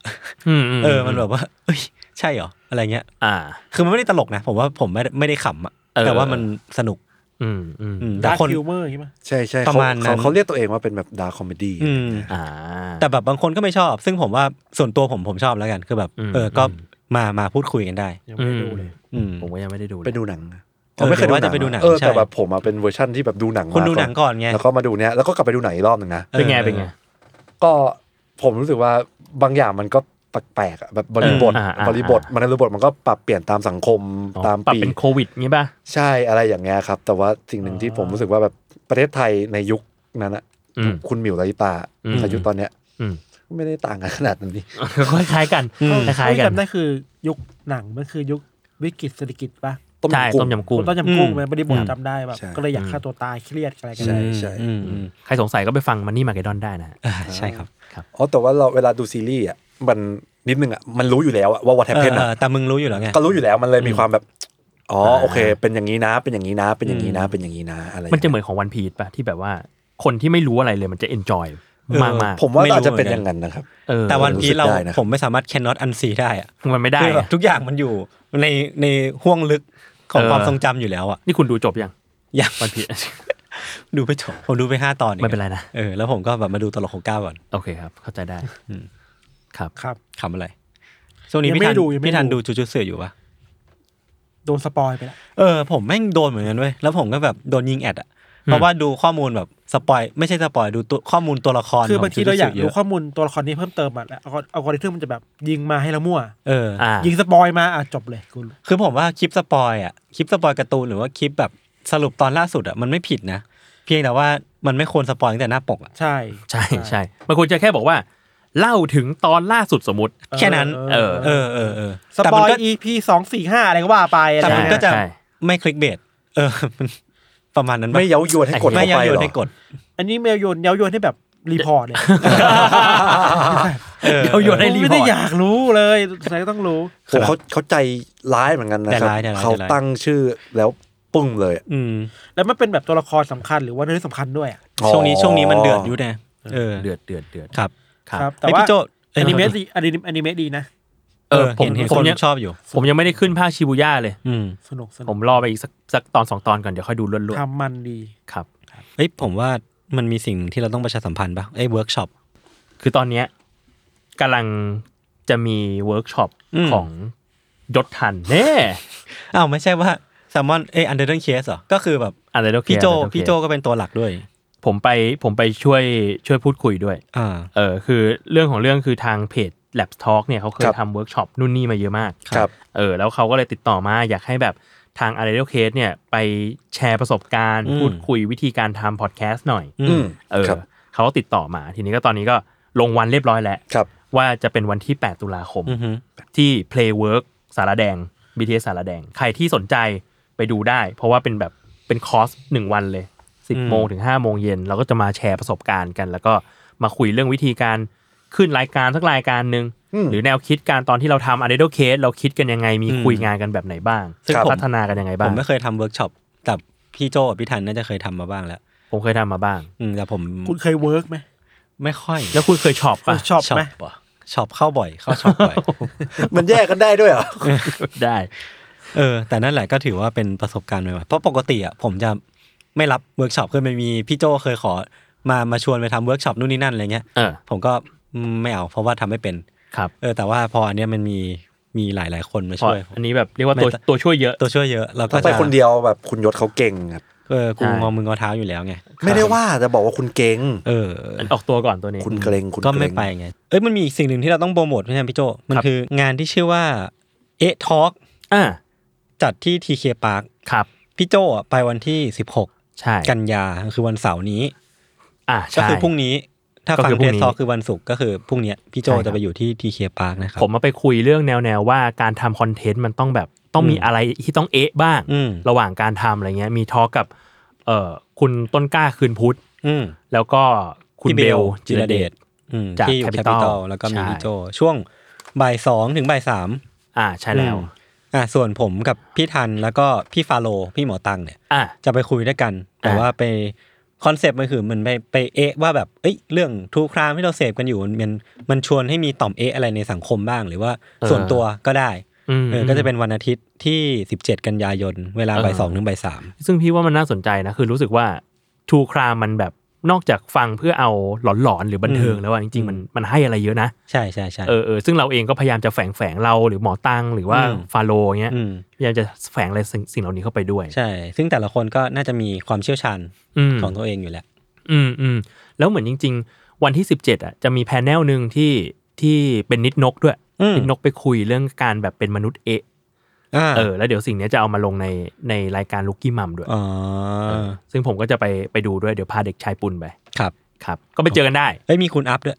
C: อื
B: เออ มันแบบว่า เอ้ยใช่เหรออะไรเงี้ย
C: อ่า
B: คือมันไม่ได้ตลกนะ ผมว่าผมไม่ได้ไม่ได้ขำอะ
C: เออ
B: แต่ว่ามันสนุก
C: อืมอืม
B: อืมแต่
E: ดาร์
B: คน
E: คิวเมอร์อย่างงี้ป่ะ
D: ใช่ใช่
B: ประมาณนั้น
D: เขเขาเรียกตัวเองว่าเป็นแบบดาคอมเมดี้
B: อืม
C: อ่า
B: แต่แบบบางคนก็ไม่ชอบ ซึ่งผมว่าส่วนตัวผมผมชอบแล้วกัน คือแบบ
C: อืม
B: เออก็มามาพูดคุยกันได้
E: ยังไม่ได้ดูเลย
B: อืม
C: ผมก็ยังไม่ได้ดูเลย
D: ไปดูหนัง
B: เออหรือว่าจะไปดูหนัง
D: เออ
B: ใช่
D: แต่แบบผมอะเป็นเวอร์ชั่นที่แบบดูหนัง
B: คุณ
D: มา
B: ดูหนังก่อนไง
D: แล้วก็มาดูเนี้ยแล้วก็กลับไปดูหนังอีกรอบหนึ่งนะ
C: เป็นไง
B: เออ
C: เป็นไง
D: ก็ผมรู้สึกว่าบางอย่างมันก็แปลกๆอะแบบบริบท
C: เอออ่าอ่า
D: บริบทมันบริบทมันก็ปรับเปลี่ยนตามสังคม
C: อ๋อ
D: ตาม
C: ปรับ
D: ปี
C: เป็นโควิดงี้ป่ะ
D: ใช่อะไรอย่างเงี้ยครับ แต่ว่าสิ่งหนึ่งที่ผมรู้สึกว่าแบบประเทศไทยในยุคนั้นอะ
C: อืม
D: คุณหมิวลาลิตา
C: อืม
D: อายุตอนเนี้ย
C: อืม
D: ไม่ได้ต่างกันขนาดนั้นนี่
C: ก็คล้ายๆกันคล้ายๆ
E: ที่
C: กัน
E: จำได้คือยุคหนังมันคือยุควิกฤตเศรษฐกิจป่ะ
D: ต้ม
C: ใช่
D: ยำ
C: ต้มยำ
D: กุ้ง
C: กุ้ง
E: ต้นยำกุ้งมันไม่ได้บท
C: อืม
E: จำได้แบบ
D: ใช่
E: ก็เลยอยากฆ่าตัวตายเครียดอะไรกัน
D: ใช่
E: เลย
D: ใช่
B: อืมอืม
C: ใครสงสัยก็ไปฟังมันนี่มาเกดอนได้นะฮะ
B: อ่าใช่ครับ
D: อ๋อแต่ว่าเราเวลาดูซีรีส์อะมันนิดนึงอะมันรู้อยู่แล้วอะว่า what
B: เออ
D: happened
B: เอ
D: อะ
B: อแต่มึงรู้อยู่แล้วไง
D: ก็รู้อยู่แล้วมันเลยมีความแบบอ๋อ
C: อ่า
D: โอเค เป็นอย่างนี้นะ เป็นอย่างนี้นะ เป็นอย่างนี้นะ เป็นอย่างนี้นะอะไร
C: มันจะเหมือนของวันพี e ป่ะที่แบบว่า คนที่ไม่รู้อะไรเลยมันจะเอนจอย
B: เออ
C: มากมากๆ
D: ผมว่า
B: ไม่รู้
D: อาจจะเป็นอย่างนั้น นะครับ
C: เออ
B: แต่วัน
D: รู้
B: พี
D: สึ
B: ช
D: ก
B: เรา
D: ได้นะ
B: ผมไม่สามารถแคนนอตอันซีได้อะ
C: มันไม่ได้
B: คือแบบ
C: อะ
B: ทุกอย่างมันอยู่ในในห่วงลึกของ
C: เออ
B: ความทรงจำอยู่แล้วอ่ะ
C: นี่คุณดูจบยัง
B: อย่าง
C: วันพี e
B: ดูไปจบผมดูไปห้าตอนอง
C: ไม่เป็นไรนะ
B: เออแล้วผมก็แบบมาดูตลกของเก้าก่อน
C: โอเคครับ เข้าใจได้
B: อืม
C: ครับ
E: ครับ
B: ขำอะไรช่วงนี้
E: ยัง
B: พี่
E: ไม่
B: ทัน
E: ได้ดูยังไม่
B: พี่ทัน
E: ดู
B: ดูจูจูเสืออยู่ปะ
E: โดนสปอยไปแล้ว
B: เออผมแม่งโดนเหมือนกันเว้ยแล้วผมก็แบบโดนยิงแอดอ่ะเพราะว่าดูข้อมูลแบบสปอยไม่ใช่สปอยดูตัวข้อมูลตัวละคร
E: คือบางทีเราอยาก
B: ขง Jujutsu
E: รู้
B: เะ
E: ข้อมูลตัวละครนี้เพิ่มเติมอ่ะแล้วเอากริทึมมันจะแบบยิงมาให้เรามั่ว
B: เออ
C: อ่า
E: ยิงสปอยมาอ่ะจบเลยคุณ
B: คือผมว่าคลิปสปอยอ่ะคลิปสปอยการ์ตูนหรือว่าคลิปแบบสรุปตอนล่าสุดอ่ะมันไม่ผิดนะ เพียงแต่ว่ามันไม่ควรสปอยตั้งแต่หน้าปกอ่ะ
E: ใช่
C: ใช่ใช่มันควรจะแค่บอกว่า เล่าถึงตอนล่าสุดสมมติ
B: แค่นั้น
C: เออ
B: เออเออเออ
E: ส
B: แต่
E: ป
B: มั
E: อน ย
B: ก็
E: EP สองสี่ห้าอะไรก็ว่าไปอะไร
B: แต่มันก็
E: เงี้ย
B: จะ
C: ใช่
B: ไม่คลิกเบสเออมันประมาณนั้นปะ
D: ไม่เย้ายวนให้กด
B: ไม่
D: เข้า
B: เย้า
D: ไป
B: ยวน
D: หรอ
B: ให้กด
E: อันนี้เมลโยนเย้ายวนให้แบบรีพอร์ตเลย
B: เออ
C: เดี๋ยวโยนให้รี
E: ไม่
C: พอ
E: ได้
C: ร์
E: อ
C: ต
E: ยากรู้เลย สงสัยก็ต้องรู้
D: ผมเขาเขาใจร้ายเหมือนกันนะค
B: แต่
D: รับ
B: ร้ายแต่ร้าย
D: เขา
B: แต่ร้าย
D: ตั้งชื่อแล้ว ปึ้งเลยอะ
B: อืม
E: แล้วมันเป็นแบบตัวละครสำคัญหรือว่าเนื้อสำคัญด้วยอะ
B: ช่วงนี้ช่วงนี้มันเดือดอยู่นะเออ
C: เดือดเดือดเดือด
B: ครับ
E: ครับ แต่
B: แต่
E: ว่า
B: พี่โจ
E: อนิเมะดีอนิเมะอนิเมะดีนะ
B: เออ
C: ผม
B: เห็นเห็น
C: ผ
B: ค
C: ม
B: น
C: ยัง
B: ชอบอยู่
C: ผมยังไม่ได้ขึ้นภาคชิบูย่าเลย
B: อืม
E: สนุกส
C: ผ
E: นุก
C: มรอไปอีกสักสักตอนสองตอนก่อนเดี๋ยวค่อยดูล้วน
E: ทำมันดี
C: ๆครับ
B: เอ้ยผมว่ามันมีสิ่งที่เราต้องประชาสัมพันธ์ป่ะไอ้เวิร์กช็อป
C: คือตอนเนี้ยกำลังจะมีเวิร์กช็อป
B: อืม
C: ของยศทันเน่
B: อ้าวไม่ใช่ว่าแซมมอนเอ้ยอันเดอร์เดนเคสเหรอ ก็คือแบบ
C: อะไรโอเค
B: พี่โจ
C: อะไรโอเค
B: พี่โจก็เป็นตัวหลักด้วย
C: ผมไปผมไปช่วยช่วยพูดคุยด้วย
B: อ่า
C: เออคือเรื่องของเรื่องคือทางเพจ Lab Talk เนี่ยเขาเคยทำเวิร์กช็อปนู่นนี่มาเยอะมาก
D: ครับ
C: เออแล้วเขาก็เลยติดต่อมาอยากให้แบบทาง a r e d o Case เนี่ยไปแชร์ประสบการณ์
B: อืม
C: พูดคุยวิธีการทำพอดแคสต์หน่อย
B: อื
D: อื
B: ม
D: ม
C: เออ
D: ครับ
C: เขาก็ติดต่อมาทีนี้ก็ตอนนี้ก็ลงวันเรียบร้อยแล้ว
D: ครับ
C: ว่าจะเป็นวันที่ 8 ตุลาคม
B: อือฮึ
C: ที่ Playwork สารแดง BTS สารแดง ใครที่สนใจไปดูได้ เพราะว่าเป็นแบบเป็นคอร์สหนึ่งวันเลย 10 โมงถึง 5 โมงเย็นเราก็จะมาแชร์ประสบการณ์กัน แล้วก็มาคุยเรื่องวิธีการขึ้นรายการสักรายการหนึ่ง
D: อืม
C: หรือแนวคิดการตอนที่เราทำ a n e d o Case เราคิดกันยังไงมีคุยงานกันแบบไหนบ้าง
D: ครับ
C: พัฒนากันยังไง
B: ผ
C: บ้าง
B: มไม่เคยทำเวิร์กช็อปแต่พี่โจกับพี่ทันน่าจะเคยทำมาบ้างแล้ว
C: ผมเคยทำมาบ้าง
B: อืมแต่ผม
E: คุณเคยเวิร์กไหม
B: ไม่ค่อย
C: แล้วคุณเคยชอบปะ
E: ชอบไหม
B: ปะช็อปเข้าบ่อยเข้าช็อปบ่อย
D: มันแยกกันได้ด้วยเหรอ
C: ได้
B: เออแต่นั่นแหละก็ถือว่าเป็นประสบการณ์ใหม่ๆเพราะปกติอ่ะผมจะไม่รับเวิร์กช็อปคือมันมีพี่โจเคยขอมามาชวนไปทำเวิร์กช็อปนู่นนี่นั่นอะไรเงี้ย
C: เออ
B: ผมก็อืมไม่เอาเพราะว่าทำไม่เป็น
C: ครับ
B: เออแต่ว่าพออันเนี้ยมันมีมีหลายๆคนมา
C: พอ
B: ช่วย
C: อันนี้แบบเรียกว่าตัว
B: ไม่แต่
C: ตัวช่วยเยอะ
B: ตัวช่วยเยอะเราก็
D: ไป
B: จะ
D: คนเดียวแบบคุณยศเขาเก่งครับ
B: เออกู
C: ใช่
B: งอมืองอเท้าอยู่แล้วไง
D: ไม่ได้ว่าแต่บอกว่าคุณเก่ง
B: เออ
C: ออกตัวก่อนตัวนี้
D: คุณเกรงคุณเรง
B: ก็ไม่ไปไง เอ้ยมันมีอีกสิ่งหนึ่งที่เราต้องโปรโมทพี่แฮมพี่โจ มัน
C: ครับ
B: คืองานที่ชื่อว่าเอะทอก
C: อ่า
B: จัดที่ทีเคพาร์ค
C: ครับ
B: พี่โจอ่ะไปวันที่ 16
C: ใช่
B: กันยาคือวันเสาร์นี้
C: อ่า
B: ก็
C: ใช่
B: คือพรุ่งนี้ ถ้า
C: ก็
B: ฟัง
C: คือพรุ่
B: เท
C: ง
B: ส
C: นี้
B: ซอคือวันศุกร์ก็คือพรุ่งเนี้ยพี่โจ
C: ใช่ครับ
B: จะไปอยู่ที่ทีเคพาร์คนะครับ
C: ผมมาไปคุยเรื่องแนวแนวๆว่าการทำคอนเทนต์มันต้องแบบต้องมี
B: อืม
C: อะไรที่ต้องเอะบ้าง
B: อืม
C: ระหว่างการทำอะไรเงี้ยมีทอล์กกับเอ่อคุณต้นกล้าคืนพุทธ
B: อืม
C: แล้วก็คุณ
B: พี่
C: เบลจิรเดช
B: อืม
C: จาก
B: ที่อยู่แคปิ
C: Capital
B: ตอลแล้วก็มี
C: ใช่
B: พี่โจ ช่วงบ่ายสองถึงบ่ายสาม
C: อ่าใช่แล้ว
B: อืมอ่ะส่วนผมกับพี่ทันแล้วก็พี่ฟาโลพี่หมอตังเนี่ย
C: อ่า
B: จะไปคุยด้วยกัน แต่
C: อ่ะ
B: ว่าไปคอนเซปต์มันคือเหมันไปไปเอะว่าแบบเอ้ยเรื่องทูครามที่เราเสพกันอยู่มันมันมันชวนให้มีต่อมเอะอะไรในสังคมบ้าง หรือว่าส่วนตัวก็ได้
C: อืม
B: เออก็จะเป็นวันอาทิตย์ที่ 17 กันยายน เวลาบ่าย
C: เออ
B: สองถึงบ่ายสาม
C: ซึ่งพี่ว่ามันน่าสนใจนะ คือรู้สึกว่าทูครามมันแบบนอกจากฟังเพื่อเอาหลอนๆหรือบันเทิงแล้วอะจริงๆมันมันให้อะไรเยอะนะ
B: ใช่ใช่ใช่
C: เออเออซึ่งเราเองก็พยายามจะแฝงแฝงๆเราหรือหมอตังหรือว่า
B: อืม
C: ฟาโลเงี้ย
B: อืม
C: พยายามจะแฝงอะไรสิ่งสิ่งเหล่านี้เข้าไปด้วย
B: ใช่ ซึ่งแต่ละคนก็น่าจะมีความเชี่ยวชาญ
C: ม
B: ของตัวเองอยู่แหละ
C: อืมอืมแล้วเหมือนจริง ๆ วันที่ 17อ่ะจะมีแพนเนลหนึ่งที่ที่เป็นนิดนกด้วย
B: อืม
C: นิดนกไปคุยเรื่องการแบบเป็นมนุษย์เอะ
B: อ่า
C: เออแล้วเดี๋ยวสิ่งเนี้ยจะเอามาลงในในรายการลุกกี้มัมด้วย
B: อ๋อ
C: เออซึ่งผมก็จะไปไปดูด้วยเดี๋ยวพาเด็กชายปุนไป
B: ครับ
C: ครับ ก็ไปเจอกันได้
B: เอ้ยมีคุณอัพด้วย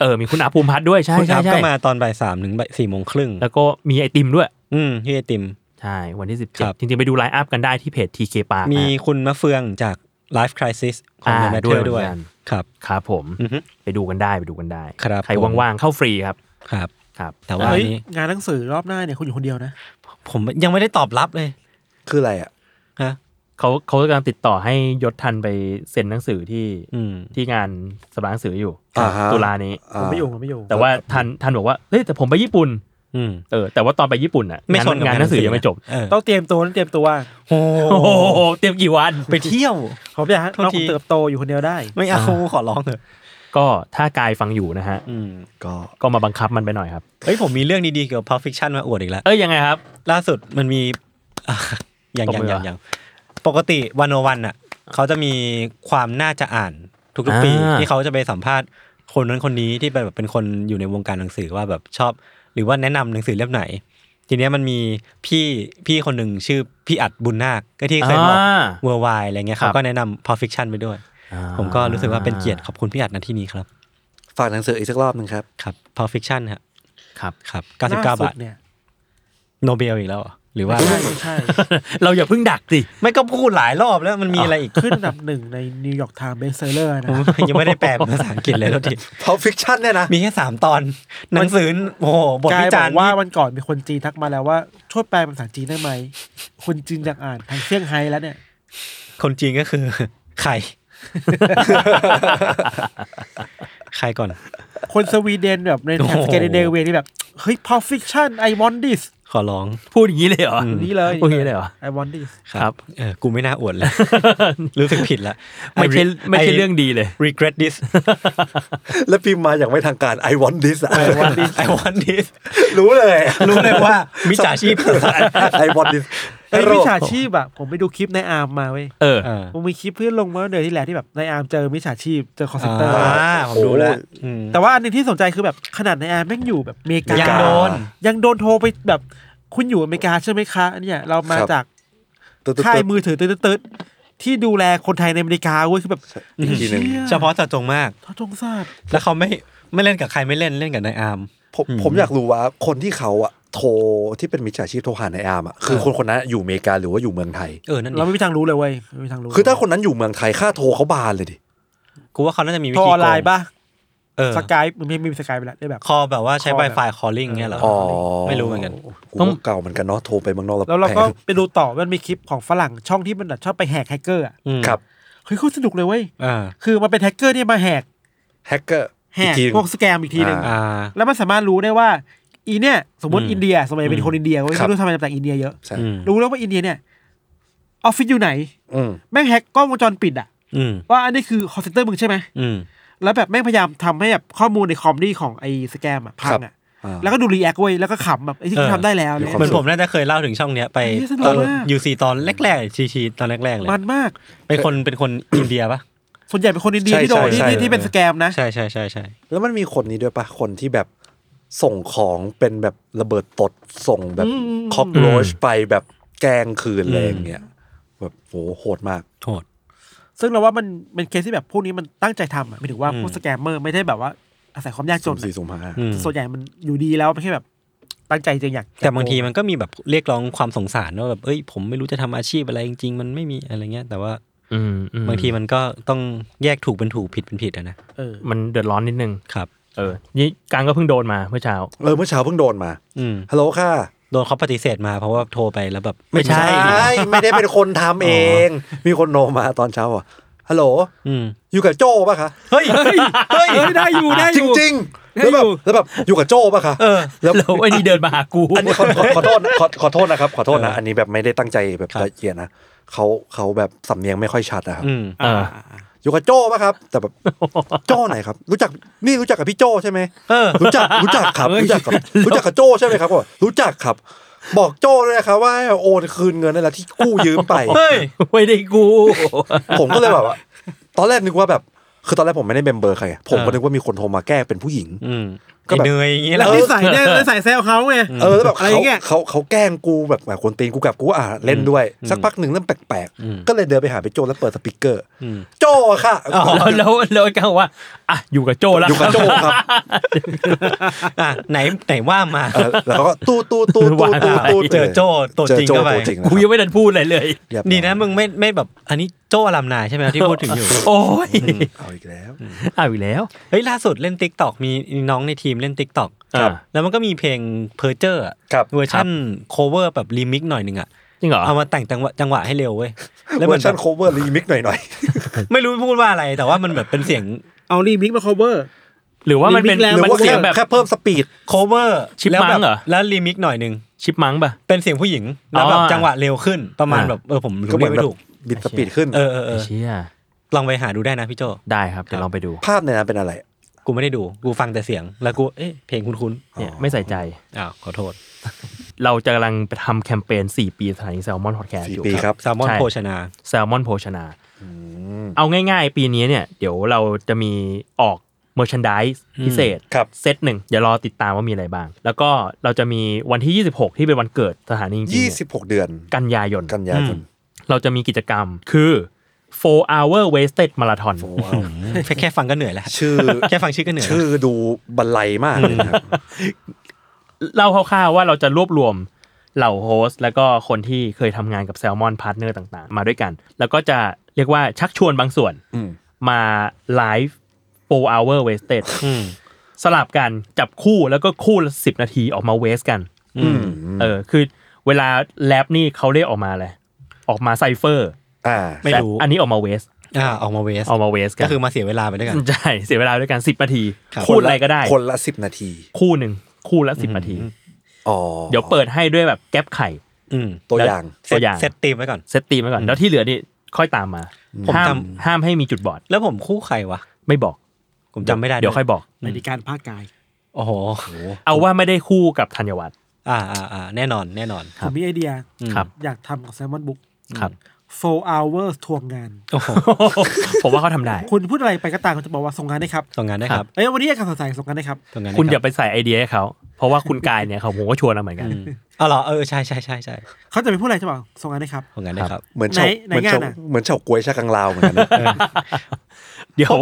C: เออมีคุณอาภูมิพัฒน์ด้วยใช่
B: คุณ
C: ใช่
B: อัพ
C: ใช่
B: ก็มาตอนบ่ายสามถึงบ่ายสี่โมงครึ่ง
C: แล้วก็มีไอติมด้วย
B: อืมที่ไอติม
C: ใช่ วันที่
B: ครับ
C: 17 จริง ๆ ไปดูไลฟ์อัพกันได้ที่เพจ TK Park
B: มี
C: นะ
B: คุณมะเฟืองจาก Life Crisis ของ
C: อ่า
B: เดอะแมทเท
C: ด้วย
B: อร์
C: เหมือน
B: ด้วย
C: กัน
B: ครับ
C: ครับผม
B: อือฮึ
C: ไปดูกันได้ไปดูกันได้
B: ครับ
C: ใคร
B: ผม
C: ว่างๆเข้าฟรีครับ
B: ครับ
C: ครับ
B: แต่ว่า
E: เฮ้ย
B: นี้
E: งานหนังสือรอบหน้าเนี่ยคุณอยู่คนเดียวนะ
B: ผมยังไม่ได้ตอบรับเลย
D: คืออะไรอ่ะ
B: ฮะ
C: เขาเขากำลังติดต่อให้ยศทันไปเซ็นหนังสือที่
B: อืม
C: ที่งานสำนักหนังสืออยู่
D: อ่าฮะ
C: ตุลานี้
D: อ่า
E: ผมไม่อยู่ผมไม่อยู่
C: แต่ว่าทันทันบอกว่าเฮ้ยแต่ผมไปญี่ปุ่น
B: อืม
C: เออแต่ว่าตอนไปญี่ปุ่นอ่ะ
B: ไม่ชนกับ
C: งานหนังสือยังไม่จบ
B: เออ
E: ต้องเตรียมตัวต้องเตรียมตัว
B: โอ้
C: โอ้โหเตรียมกี่วัน
B: ไปเที่ยว
E: ผมอยากให้
B: โทษ
E: น้องผ
B: ที
E: มเติบโตอยู่คนเดียวได้
B: ไม่เอา
C: อ่า
B: ขอร้องเถอะ
C: ก็ถ้ากายฟังอยู่นะฮะ
B: อืม
D: ก็
C: ก็มาบังคับมันไปหน่อยครับ
B: เฮ้ยผมมีเรื่องดีๆเกี่ยวกับ Pulp Fiction มาอวดอีกแล้ว
C: เอ้ยยังไงครับ
B: ล่าสุดมันมี อ่ะอย่าง
C: ต
B: อบย่า
C: มื
B: ง
C: อเหรอ
B: อย่างอย่างปกติวันโอวันอ่ะเขาจะมีความน่าจะอ่านทุกๆปี ที่เขาจะไปสัมภาษณ์คนนั้นคนนี้ที่เป็นแบบเป็นคนอยู่ในวงการหนังสือว่าแบบชอบ หรือว่าแนะนำหนังสือเล่มไหน ทีเนี้ยมันมีพี่พี่คนหนึ่งชื่อพี่อัดบุญนาคก็ที่เคยมาออก
C: อ่า
B: เวอร์ไวอะไรเงี้ย
C: ครับ
B: เขาก็แนะนำ Pulp Fiction ไปด้วย ผมก็รู้สึกว่าเป็นเกียรติขอบคุณพี่อัดนะที่นี้ครับ
D: ฝากหนังสืออีกสักรอบหนึ่งครับ
B: ครับ Pulp Fiction ครับ
C: ครับ
B: ครับ99บ
E: ล่สุด
B: าท
E: เนี่ย
B: โนเบลอีกแล้วเหรอ หรือว่าอะไร
E: ใช่ใช่
C: เราอย่าเพิ่งดักสิ
B: ไม่ก็พูดหลายรอบแล้วมันมีอะไรอีก
E: ขึ้นอันดับหนึ่งในนิวยอร์กไทม์เบสเซอร์นะ
B: ผม ยังไม่ได้แปลเป็นภาษาอังกฤษเลยแล้วที
D: เพราะฟิกชั่นเนี่ยนะ
B: มีแค่สามตอนหนังสือโอ้โหบท
E: กา
B: วิ
E: ยบอ
B: จาร
E: ก
B: ณ์
E: ว่าวันก่อนมีคนจีนทักมาแล้วว่า ช่วยแปลเป็นภาษาจีนได้ไหม คนจีนอยากอ่านทางเซี่ยงไฮ้แล้วเนี่ย
B: คนจริงก็คือ ใคร ใครก่อน
E: คนสวีเดนแบบในแถบส
B: โอ้โห
E: แกนดิเนเวียที่แบบ เฮ้ยพอฟิ c ชั่นไอวอนดิส
B: ขอร้อง
C: พูดอย่างนี้เลยเหรอ
B: อืม
E: นี่เลย
C: โอเคเลยเหรอ
E: ไอวอนดิส
C: ครับ
B: เออกูไม่น่าอวดเลย รู้สึกผิดละ
C: ไม่ใช่
B: I re-
C: ไม่ใช่
B: I
C: เรื่องดีเลย
B: regret this
D: แล้วพิมพ์มาอย่างไม่ทางการ I want this อะ
B: I want this I want this
D: รู้เลย
B: รู้เลย ว่ามิจฉาชีพ
D: I want this
E: ไอมิจฉาชีพอะผมไปดูคลิปในอาร์มมาเว้ย
C: เออ
B: เออ
E: ผมมีคลิปเพื่อนลงมาเมื่อเดือนที่แล้วที่แบบในอาร์มเจอมิจฉาชีพเจอคอร์เซนเตอร์
B: อ่าผมรู้แล้วอืม
E: แต่ว่าอันหนึงที่สนใจคือแบบขนาดในอาร์มแม่งอยู่แบบอเมริกา
B: ยั
E: ยัง
B: โดน
E: ยังโดนโทรไปแบบคุณอยู่อเมริกาใช่ไหมคะเนี่ยเรามา
D: ครับ
E: จาก
D: ตึ๊ดตึ๊ด
E: ค่าย
D: ตึ๊ด
E: มือถือตืดๆที่ดูแลคนไทยในอเมริกาเว้ยคือแบบ
D: อีกทีหนึ่ง
E: เชี่ย
B: เฉพาะเจาะจงมาก
E: ท้อทงซาด
B: แล้วเขาไม่ไม่เล่นกับใครไม่เล่นเล่นกับนายอาร์ม
D: ผมผมอยากรู้ว่าคนที่เขาอะโทรที่เป็นมิจฉาชีพโทรหาในอาร์มอะคือ
B: เออ
D: คนคนนั้นอยู่อเมริกาหรือว่าอยู่เมืองไทย
B: เออนั่นดิ
E: เราไม่มีทางรู้เลยเว้ยไม่มีทางรู้
D: คือถ้าคนนั้นอยู่เมืองไทยค่าโทรเขาบานเลยดิ
B: กูว่าเขาน่าจะมีวิ
E: โทร
B: ธี
E: ออนไลน์
B: โกง
E: ป่ะ
B: เออ
E: สกายมันไม่มีสกายไปแล้วได้แบบ
B: คอแบบว่าใช้
E: คอแบบ
B: Wi-Fi calling เงี้ยเหรอ
D: อ๋อ
B: ไม่รู้เหมือนกัน
D: กูก็เก่าเหมือนกันเนาะโทรไปเมืองนอก
E: แล้วเรา
D: แพง
E: ก็ไปดูต่อมันมีคลิปของฝรั่งช่องที่มันแบบชอบไปแฮกแฮกเกอร์อะ
B: อืม
D: ครับ
E: เฮ้ยเขาสนุกเลยเว้ย
B: อ่า
E: คือมันเป็นแฮกเกอร์ที่มาแฮก
D: แฮกเกอร์
E: แฮ
D: อีก
E: ก
D: ทีหนึ่ง
E: พวกสแกมอีกทีหนึ่ง
B: อ่า
E: แล้วมันสามารถรู้ได้ว่า อีเนี่ย สมมติ
B: อืม
E: อินเดีย สมัยเป็นคนอินเดียเว้ย
D: ครับ
E: ไม่รู้ทำไมมาจากอินเดียเยอะ
D: ใช่
B: อืม
E: รู้แล้วว่าอินเดียเนี่ยออฟฟิศอยู่ไหน
D: อืม
E: แม่งแฮกกล้องวงจรปิดอะ
B: อืม
E: ว่าอันนี้คือคอร์เซนเตอร์มึงใช่ไหม
B: อืม
E: แล้วแบบแม่งพยายามทำให้แบบข้อมูลในคอมดี้ของไอ้สแกมอะพังอะ
D: อ่า
E: แล้วก็ดูรีแอคเว้ยแล้วก็ขำแบบไอ้ที่กูทำได้แล้ว
D: เออ
E: เนี่ย
B: เหมือนผมน่าจะเคยเล่าถึงช่องเนี้ยไป
E: เฮ้ยสนุก
B: ตอน
E: มาก
B: ยูซีตอนแรกๆชีชีตอนแรกๆเลย
E: มันมาก
B: เป็นคนเป็นคนอินเดียปะ
E: ส่วนใหญ่เป็นคนอินเดีย
D: ใช่
E: ที่โดน
D: ใช่
E: ที่ที่
D: ใช่
E: ที่เป็นสแกมนะ
B: ใช่ใช่ใช่ใช่
D: แล้วมันมีคนนี้ด้วยปะคนที่แบบส่งของเป็นแบบระเบิดตดส่งแบบ
E: อืมอืม
D: คอกโรชไปแบบแกล้งคืนอะไรอย่างเงี้ยแบบโหโหดมาก
B: โทษ
E: ซึ่งเราว่ามันเป็นเคสที่แบบพวกนี้มันตั้งใจทำอะหมายถึงว่า
B: อืม
E: พวกสแกมเมอร์ไม่ได้แบบว่าอาศัยความยากจ
D: สุ่ม
E: นอะ
D: สี่สุ่มห้า
B: อืม
E: ส่วนใหญ่มันอยู่ดีแล้วไม่ใช่แบบตั้งใจจริงอยาก
B: แต่บางทีมันก็มีแบบเรียกร้องความสงสารว่าแบบเอ้ยผมไม่รู้จะทำอาชีพอะไรจริงๆ มันไม่มีอะไรเงี้ย แต่ว่า
C: อืมอืม
B: บางทีมันก็ต้องแยกถูกเป็นถูกผิดเป็นผิดอะนะ
E: เออ
C: มันเดือดร้อนนิดนึง
B: ครับ
C: เออ นี่กังก็เพิ่งโดนมาเมื่อเช้า
D: เออเมื่อเช้าเพิ่งโดนมา
B: อืม
D: ฮัลโหลค่ะ
B: โดนเขาปฏิเสธมาเพราะว่าโทรไปแล้วแบบ
C: ไม่ใช่
D: ไม่ได้เป็นคนทำเอง มีคนโนมาตอนเช้าอ่ะฮัลโหล
B: อืม
D: อยู่กับโจ้ป่ะคะ
B: เฮ้ย เฮ้ย ได้อยู่ ได้อ
D: จ
B: ยู่
D: ริงๆแล้วแบบแล้วแบบอยู่กับโจ้ป่ะคะ
B: เออ
D: แล้ว
C: แล้วไอ้นี่เดินมาหากู
D: อันนี้ขอขอขอโทษนะขอขอโทษนะครับขอโทษ
B: เออ
D: นะ
B: อั
D: อันนี้แบบไม่ได้ตั้งใจแบบ
B: ครับ
D: ละเอียดนะเขาเขาแบบสำเนียงไม่ค่อยชัดนะครับ
B: อืม
C: เออ
D: อยู่กับโจ้ป่ะครับ แต่แบบโจ้ไหนครับ รู้จักนี่รู้จักกับพี่โจ้ใช่ไหม
B: เออ
D: รู้จักรู้จักครับรู้จักกับรู้จักกับโจ้ใช่ไหมครับบอกรู้จักครับ บอกโจ้เลยนะครับว่าให้โอนคืนเงินนั่นแหละที่กู้ยืมไป
B: เฮ้ย
C: ไม่ได้กู
D: ผมก็เลยแบบว่าตอนแรกนึกว่าแบบ คือตอนแรกผมไม่ได้เมมเบอร์ใครอะผมก็นึกว่ามีคนโทรมาแกล้งเป็นผู้หญิง
B: อืม
D: ก็แบบ
B: ไอ้เนยอย่างงี้แห
E: แล้
B: ล้ว ว
E: นิสัยเนี่ยนิสัยแซวเขาไง
D: เออแล้วแบบ
E: อะไร
D: เขา
E: เงี้ย
D: เขาเขาแกล้งกูแบบแบบคนตีนกูกลับกูก็อ่ะเล่นด้วย สักพักหนึ่งเริ่มแปลก
B: อืม
D: ๆ ก็เลยเดินไปหาไปโจแล้วเปิดสปีกเกอร์
B: อืม
D: โจค่ะ
B: อ๋อ
C: แล้วแล้วกังว่า อ่ะ อยู่กับโจแล้ว
D: อยู่กับโจครับ
B: อ่ะไหนไหนว่ามา
D: เออแล้วเขาก็ตู้ตู้ตู้ตู้ตู้ตู้
B: เจอโจ้ตัวจริงเข้าไป
D: เจอโจ้ตัวจริงนะค
C: กู
D: รับ
C: ยังไม่ทันพูดอะไรเลย
D: เรียบร้อย
B: ดีนะมึงไม่ไม่แบบ อันนี้โจ้อลามนายใช่ไหมที่พูดถึง อยู่
C: โอ้ย
D: เอาอีกแล้ว
C: เอาอีกแล้ว
B: เฮ้ย ล่าสุดเล่นติ๊กตอกมีน้องในทีมเล่นติ๊กตอก
C: ครับ
B: แล้วมันก็มีเพลงเพอร์เจอร์
D: ครับ
B: เวอร์ชันโคเวอร์แบบรีมิกหน่อยหนึ่งอะ
C: จริงเหรอ
B: เอามาแต่งจังหวะจังหวะให้เร็วเว้ยแล้ว
D: เว
B: เห
D: อ
B: มือนแบ
D: ร์ชัน
B: บ
D: โคเวอร์รีมิกหน่อย
B: ไม่รู้พูดว่าอะไร แต่ว่ามันแบบเป็นเสียง
E: เอารีมิกมา cover
C: หรือว่ามันเป็น
E: มีมิกแล้ว
D: ๆหรือ
C: มัน
D: ว่า
C: เสี
D: เสี
C: ย
D: ย
C: ง
D: ง
C: แบบ
D: แค่เพิ่มสปีด
B: โคเวอร์
C: ชิป
B: แล้ว
C: มัง
B: แบบ
C: เหรอ
B: แล้วรีมิกหน่อยหนึ่ง
C: ชิปมังป่ะ
B: เป็นเสียงผู้หญิง แล้วแบบ
C: อ๋อ
B: จังหวะเร็วขึ้นประมาณ
C: อ่า
B: แบบเออผม
D: ก็
B: รู้
D: เหมือน
B: ไม่
D: แบบ
B: ถูก
D: บิดสปีดขึ้น
B: เออเออเออ
C: เชี่ย
B: ลองไปหาดูได้นะพี่โจ
C: ได้ครับ เดี๋ยวลองไปดู
D: ภาพในนั้นเป็นอะไร
B: กูไม่ได้ดู กูฟังแต่เสียง แล้วกูเอ๊ะเพลงคุ้น
C: เนี่ยไม่ใส่ใจ
B: ๆอ้าวขอโทษ
C: เราจะกำลังไปทำแคมเปญ 4 ปีสถานีแซลมอนพอดแคสต์
D: สี่
C: อยู่
D: ปี ครับ
B: แซลมอนโภชนา
C: แซลมอนโภชนา เอาง่ายๆ ปีนี้เนี่ย เดี๋ยวเราจะมีออกเมอร์ชันด s e พิเศษ
D: ครับ
C: เซตหนึ่งอย่ารอติดตามว่ามีอะไรบ้าง แล้วก็เราจะมีวันที่ 26 ที่เป็นวันเกิดสถานีจริงๆ
D: ยี่
C: เนี่ย
D: สิบหกเดือน
C: กันยายน
D: กันยายน
C: เราจะมีกิจกรรมคือ 4 hour wasted marathon
B: แค่ฟังก็เหนื่อย แล้ว
D: ชื่อ
B: แค่ฟังชื่อก็เหนื่อย
D: ชื่อดูบรรลัยมากเลยนะครับ
C: เล่าคร่าวๆว่าเราจะรวบรวม เหล่าโฮสต์แล้วก็คนที่เคยทำงานกับแซลมอนพาร์ทเนอร์ต่างๆ มาด้วยกัน แล้วก็จะเรียกว่าชักชวนบางส่วน
D: อืม
C: มาไลฟ์4 hour wasted สลับกันจับคู่แล้วก็คู่ละสินาทีออกมาเวสกัน
D: อืม
C: เออคือเวลาแลบนี่เขาเรียกออกมาเลยออกมาไซเฟอร์
D: อ่า
B: ไม่รู้
C: แต่อันนี้ออกมาเวส
B: อ่าออกมาเวส
C: ออกมาเวสกั
B: ก็
C: น
B: คือมาเสียเวลาไปด้วยกัน
C: ใช่เสียเวลาด้วยกัน 10นาที
B: ครับ
C: พูดอะไรก็ได้
D: คนละสิบนาที
C: คู่หนึ่งคู่ละ10นาที
D: อ๋อ
C: เดี๋ยวเปิดให้ด้วยแบบแก๊ปไข่
B: อืม
D: ตัวอย่าง
C: ตัวอย่าง
B: เซตตีมไว้ก่อน
C: เซตตีมไว้ก่อนแล้วที่เหลือนี่ค่อยตามมา
B: ผม
C: ห้า
B: จ
C: มห้ามให้มีจุดบอด
B: แล้วผมคู่ใครวะ
C: ไม่บอก
B: ผมจำไม่ได้
C: เดี๋ยวค่อยบอก
E: ในดีการภาคกาย
B: โอ้โห
C: เอาว่าไม่ได้คู่กับธัญวัฒน์
B: อ่าอ่าอ่าแน่นอนแน่นอน
C: ค
E: ผ
C: รับ
E: มมีไอเดีย
B: อืม
C: ครับ
E: อยากทำกับแซมมอนบุ๊ก
C: ครับ
E: four hours ทวงงาน
B: โอ้โห
C: ผมว่าเขาทำได้
E: คุณพูดอะไรไปก็ตามเขาจะบอกว่าส่งงานได้ครับ
B: ส่งงานได้ครับ
E: เอ้ยวันนี้อยากทำสดใสส่งงานได้ครับ
B: ส่งงานได้
C: คุณ
B: รับ
C: อย่าไปใส่ไอเดียให้เขา เพราะว่าคุณกายเนี่ยเขาผมก็ชวนมาเหมือนกั
B: อื
C: น
B: มอ๋อเหรอเออใช่ใช่ใช่ใช่
E: เขาจะไปพูดอะไรจะบอกส่งงานได้ครับ
B: ส่งงานได้ครับ
D: เหมือนเฉา
E: ไหนไหน
D: เหมือนเฉา
E: ง่ายน่ะ
D: เหมือนเฉากล้วยชากังลาวเหมือนกันนะ
C: เดี๋ยว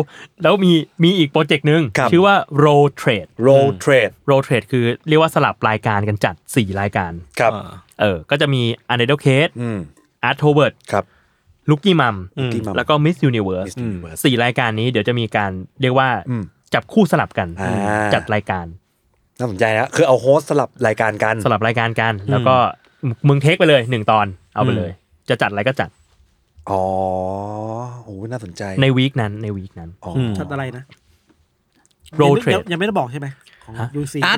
C: แล้วมีมีอีกโปรเจกต์หนึ่ง
D: ครับ
C: ชื่อว่า roll trade
D: roll trade
C: roll trade คือเรียกว่าสลับรายการกันจัด 4 รายการ
D: ครับ
B: อ่า
C: เออ ก็จะมี a n e d o Case
D: อืม
C: Art t o w e r d
D: ครับ
C: Lucky Mum
D: Lucky Mum
C: แล้วก็ Miss Universe
D: Miss Universe
C: สี่รายการนี้เดี๋ยวจะมีการเรียกว่า
D: อืม
C: จับคู่สลับกัน
D: อ่า
C: จัดรายการ
D: น่าสนใจนะคือเอาโฮสต์สลับรายการกัน
C: สลับรายการกัน แล้วก็มึงเทคไปเลยหนึ่งตอนเอาไปเลย จะจัดอะไรก็จัด
D: อ๋อโอ้น่าสนใจ
C: ในวีคนั้นในวีคนั้น
D: อ๋ออ
B: ม
E: ทำอะไรนะ
C: roll
E: ยังไม่
C: trade
E: ยังไม่ได้บอกใช่ไหมของ
C: ฮะ
E: ยูซี
B: อ่ะ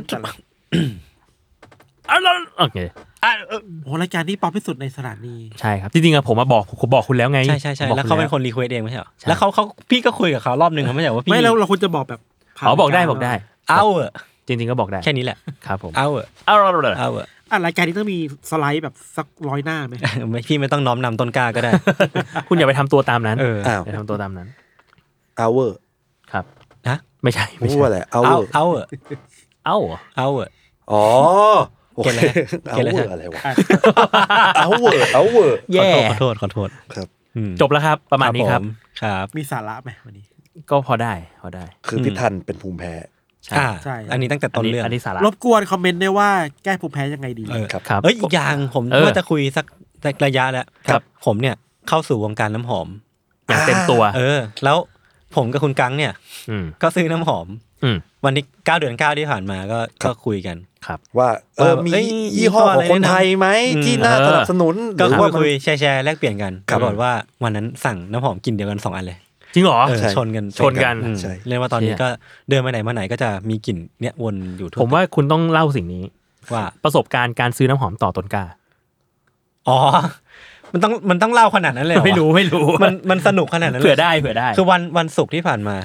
C: อ่ะแล้วโอเคอ่ะเออ
E: โอ้รายการที่ป๊อปที่สุดในสถานี
C: ใช่ครับ จริงๆอะผมมาบอกผมบอกคุณแล้วไง
B: ใช่ใช่ใช่
C: บอก
B: แล้ว
C: คุณ
B: เขาเป็นคนรีเควสเองไม่ใช่เหรอ
C: ใช่
B: แล้วเขาเขาพี่ก็คุยกับเขารอบหนึ่งเขาไม่ใช่ว่าพี่
E: ไม่เราเราควรจะบอกแบบผ่าน
C: อ๋อบอกได้
E: รายาร
C: บอกได้
B: เอาเหอะ
C: จริงๆก็บอกได้
B: แค่นี้แหละ
C: ครับผม
B: เอาเหอะ
C: เอาเอาเอาเอา
B: เอาเหอะ
E: อ่ะรายการนี้ต้องมีสไลด์แบบสักร้อยหน้าไหม
B: ไม่พี่ไม่ต้องน้อมนำต้นกล้าก็ได้
C: คุณอย่าไปทำตัวตามนั้น
B: เออ
D: อ้าว
C: อย่าทำตัวตามนั้น
D: เอาเวอร์
C: ครับ
B: ฮะ
C: ไม่ใช่ไม่
D: พู
C: ใช่
D: ดว่าอะไรเอา
B: เอา
D: เวอร์
B: เอาเหอะ
C: เอ้าเหรอ
B: เอาเหอะ
D: อ๋อโอ
B: เก็
D: เค
B: ตแล้ว
D: เอา
B: เก็ตแล้ว
D: เวอร์อะไรวะเอาเวอร์เอาเวอร์
B: ขอ
C: แย่
B: โทษขอโทษขอโทษ
D: ครับ
B: อืม
C: จบแล้วครับ ประมาณนี้ครับ
B: ผมครับ
E: มีสาระไหมวันนี้
C: ก็พอได้พอได้
D: คือพี่ทันเป็นภูมิแพ้
C: ใช่
B: อ่า
E: ใช่
B: อันนี้ตั้งแต่
C: อั
B: ต้
C: น
B: น
C: นี้
B: เรื่อง
C: อันนี้สาระ
E: รบกวนคอมเมนต์ด้วยว่าแก้ภูมิแพ้ยังไงดี
B: เออ
D: ครับ
C: ครับ
B: เอ้ยอีกอย่างผม
C: เออ
B: ว่าจะคุยสักสักระยะแล้ว
C: ครับ
B: ผมเนี่ยเข้าสู่วงการน้ำหอม
C: อย่างเต็มตัว
B: เออ แล้วผมกับคุณกังเนี่ย
C: อืม
B: ก็ซื้อน้ำหอม
C: อืม
B: วันที่เก้าเดือนเก้าที่ผ่านมาก็ก็คุยกัน
C: ครับ
D: ว่าเออ
B: ว่ามี
D: มี
B: เอ้ย
D: ยี่ห้อของคนไทยไหม
B: อืม
D: ที่น่า
C: เออ
D: สนับสนุน
B: ก็
D: หรือ
B: คุ
D: ว่าย มัน
B: คุยแชร์แชร์แลกเปลี่ยนกัน
D: ครั
B: ป
D: บ
B: รากฏว่าวันนั้นสั่งน้ำหอมกลิ่นเดียวกันสองอันเลย
C: จริงเหรอ
B: เออ
D: ใช่
B: ชนกัน
C: ชนกัน
B: อืม
D: ใช่
B: เรียกว่าตอนนี้ก็เดินไปไหนมาไหนก็จะมีกลิ่นเนี่ยวนอยู่ทุ
C: ผ
B: ก
C: มว่าคุณต้องเล่าสิ่งนี้
B: ว่า
C: ประสบการณ์การซื้อน้ำหอมต่อตนกล้า
B: อ๋อ มันต้องมันต้องเล่าขนาดนั้นเลยเหอ
C: ไม่รู้ไม่รู้
B: มันมันสนุกขนาดนั้นลย
C: เผื่อได้เผื่อได้
B: คือวันวันศุกร์ที่ผ่านมา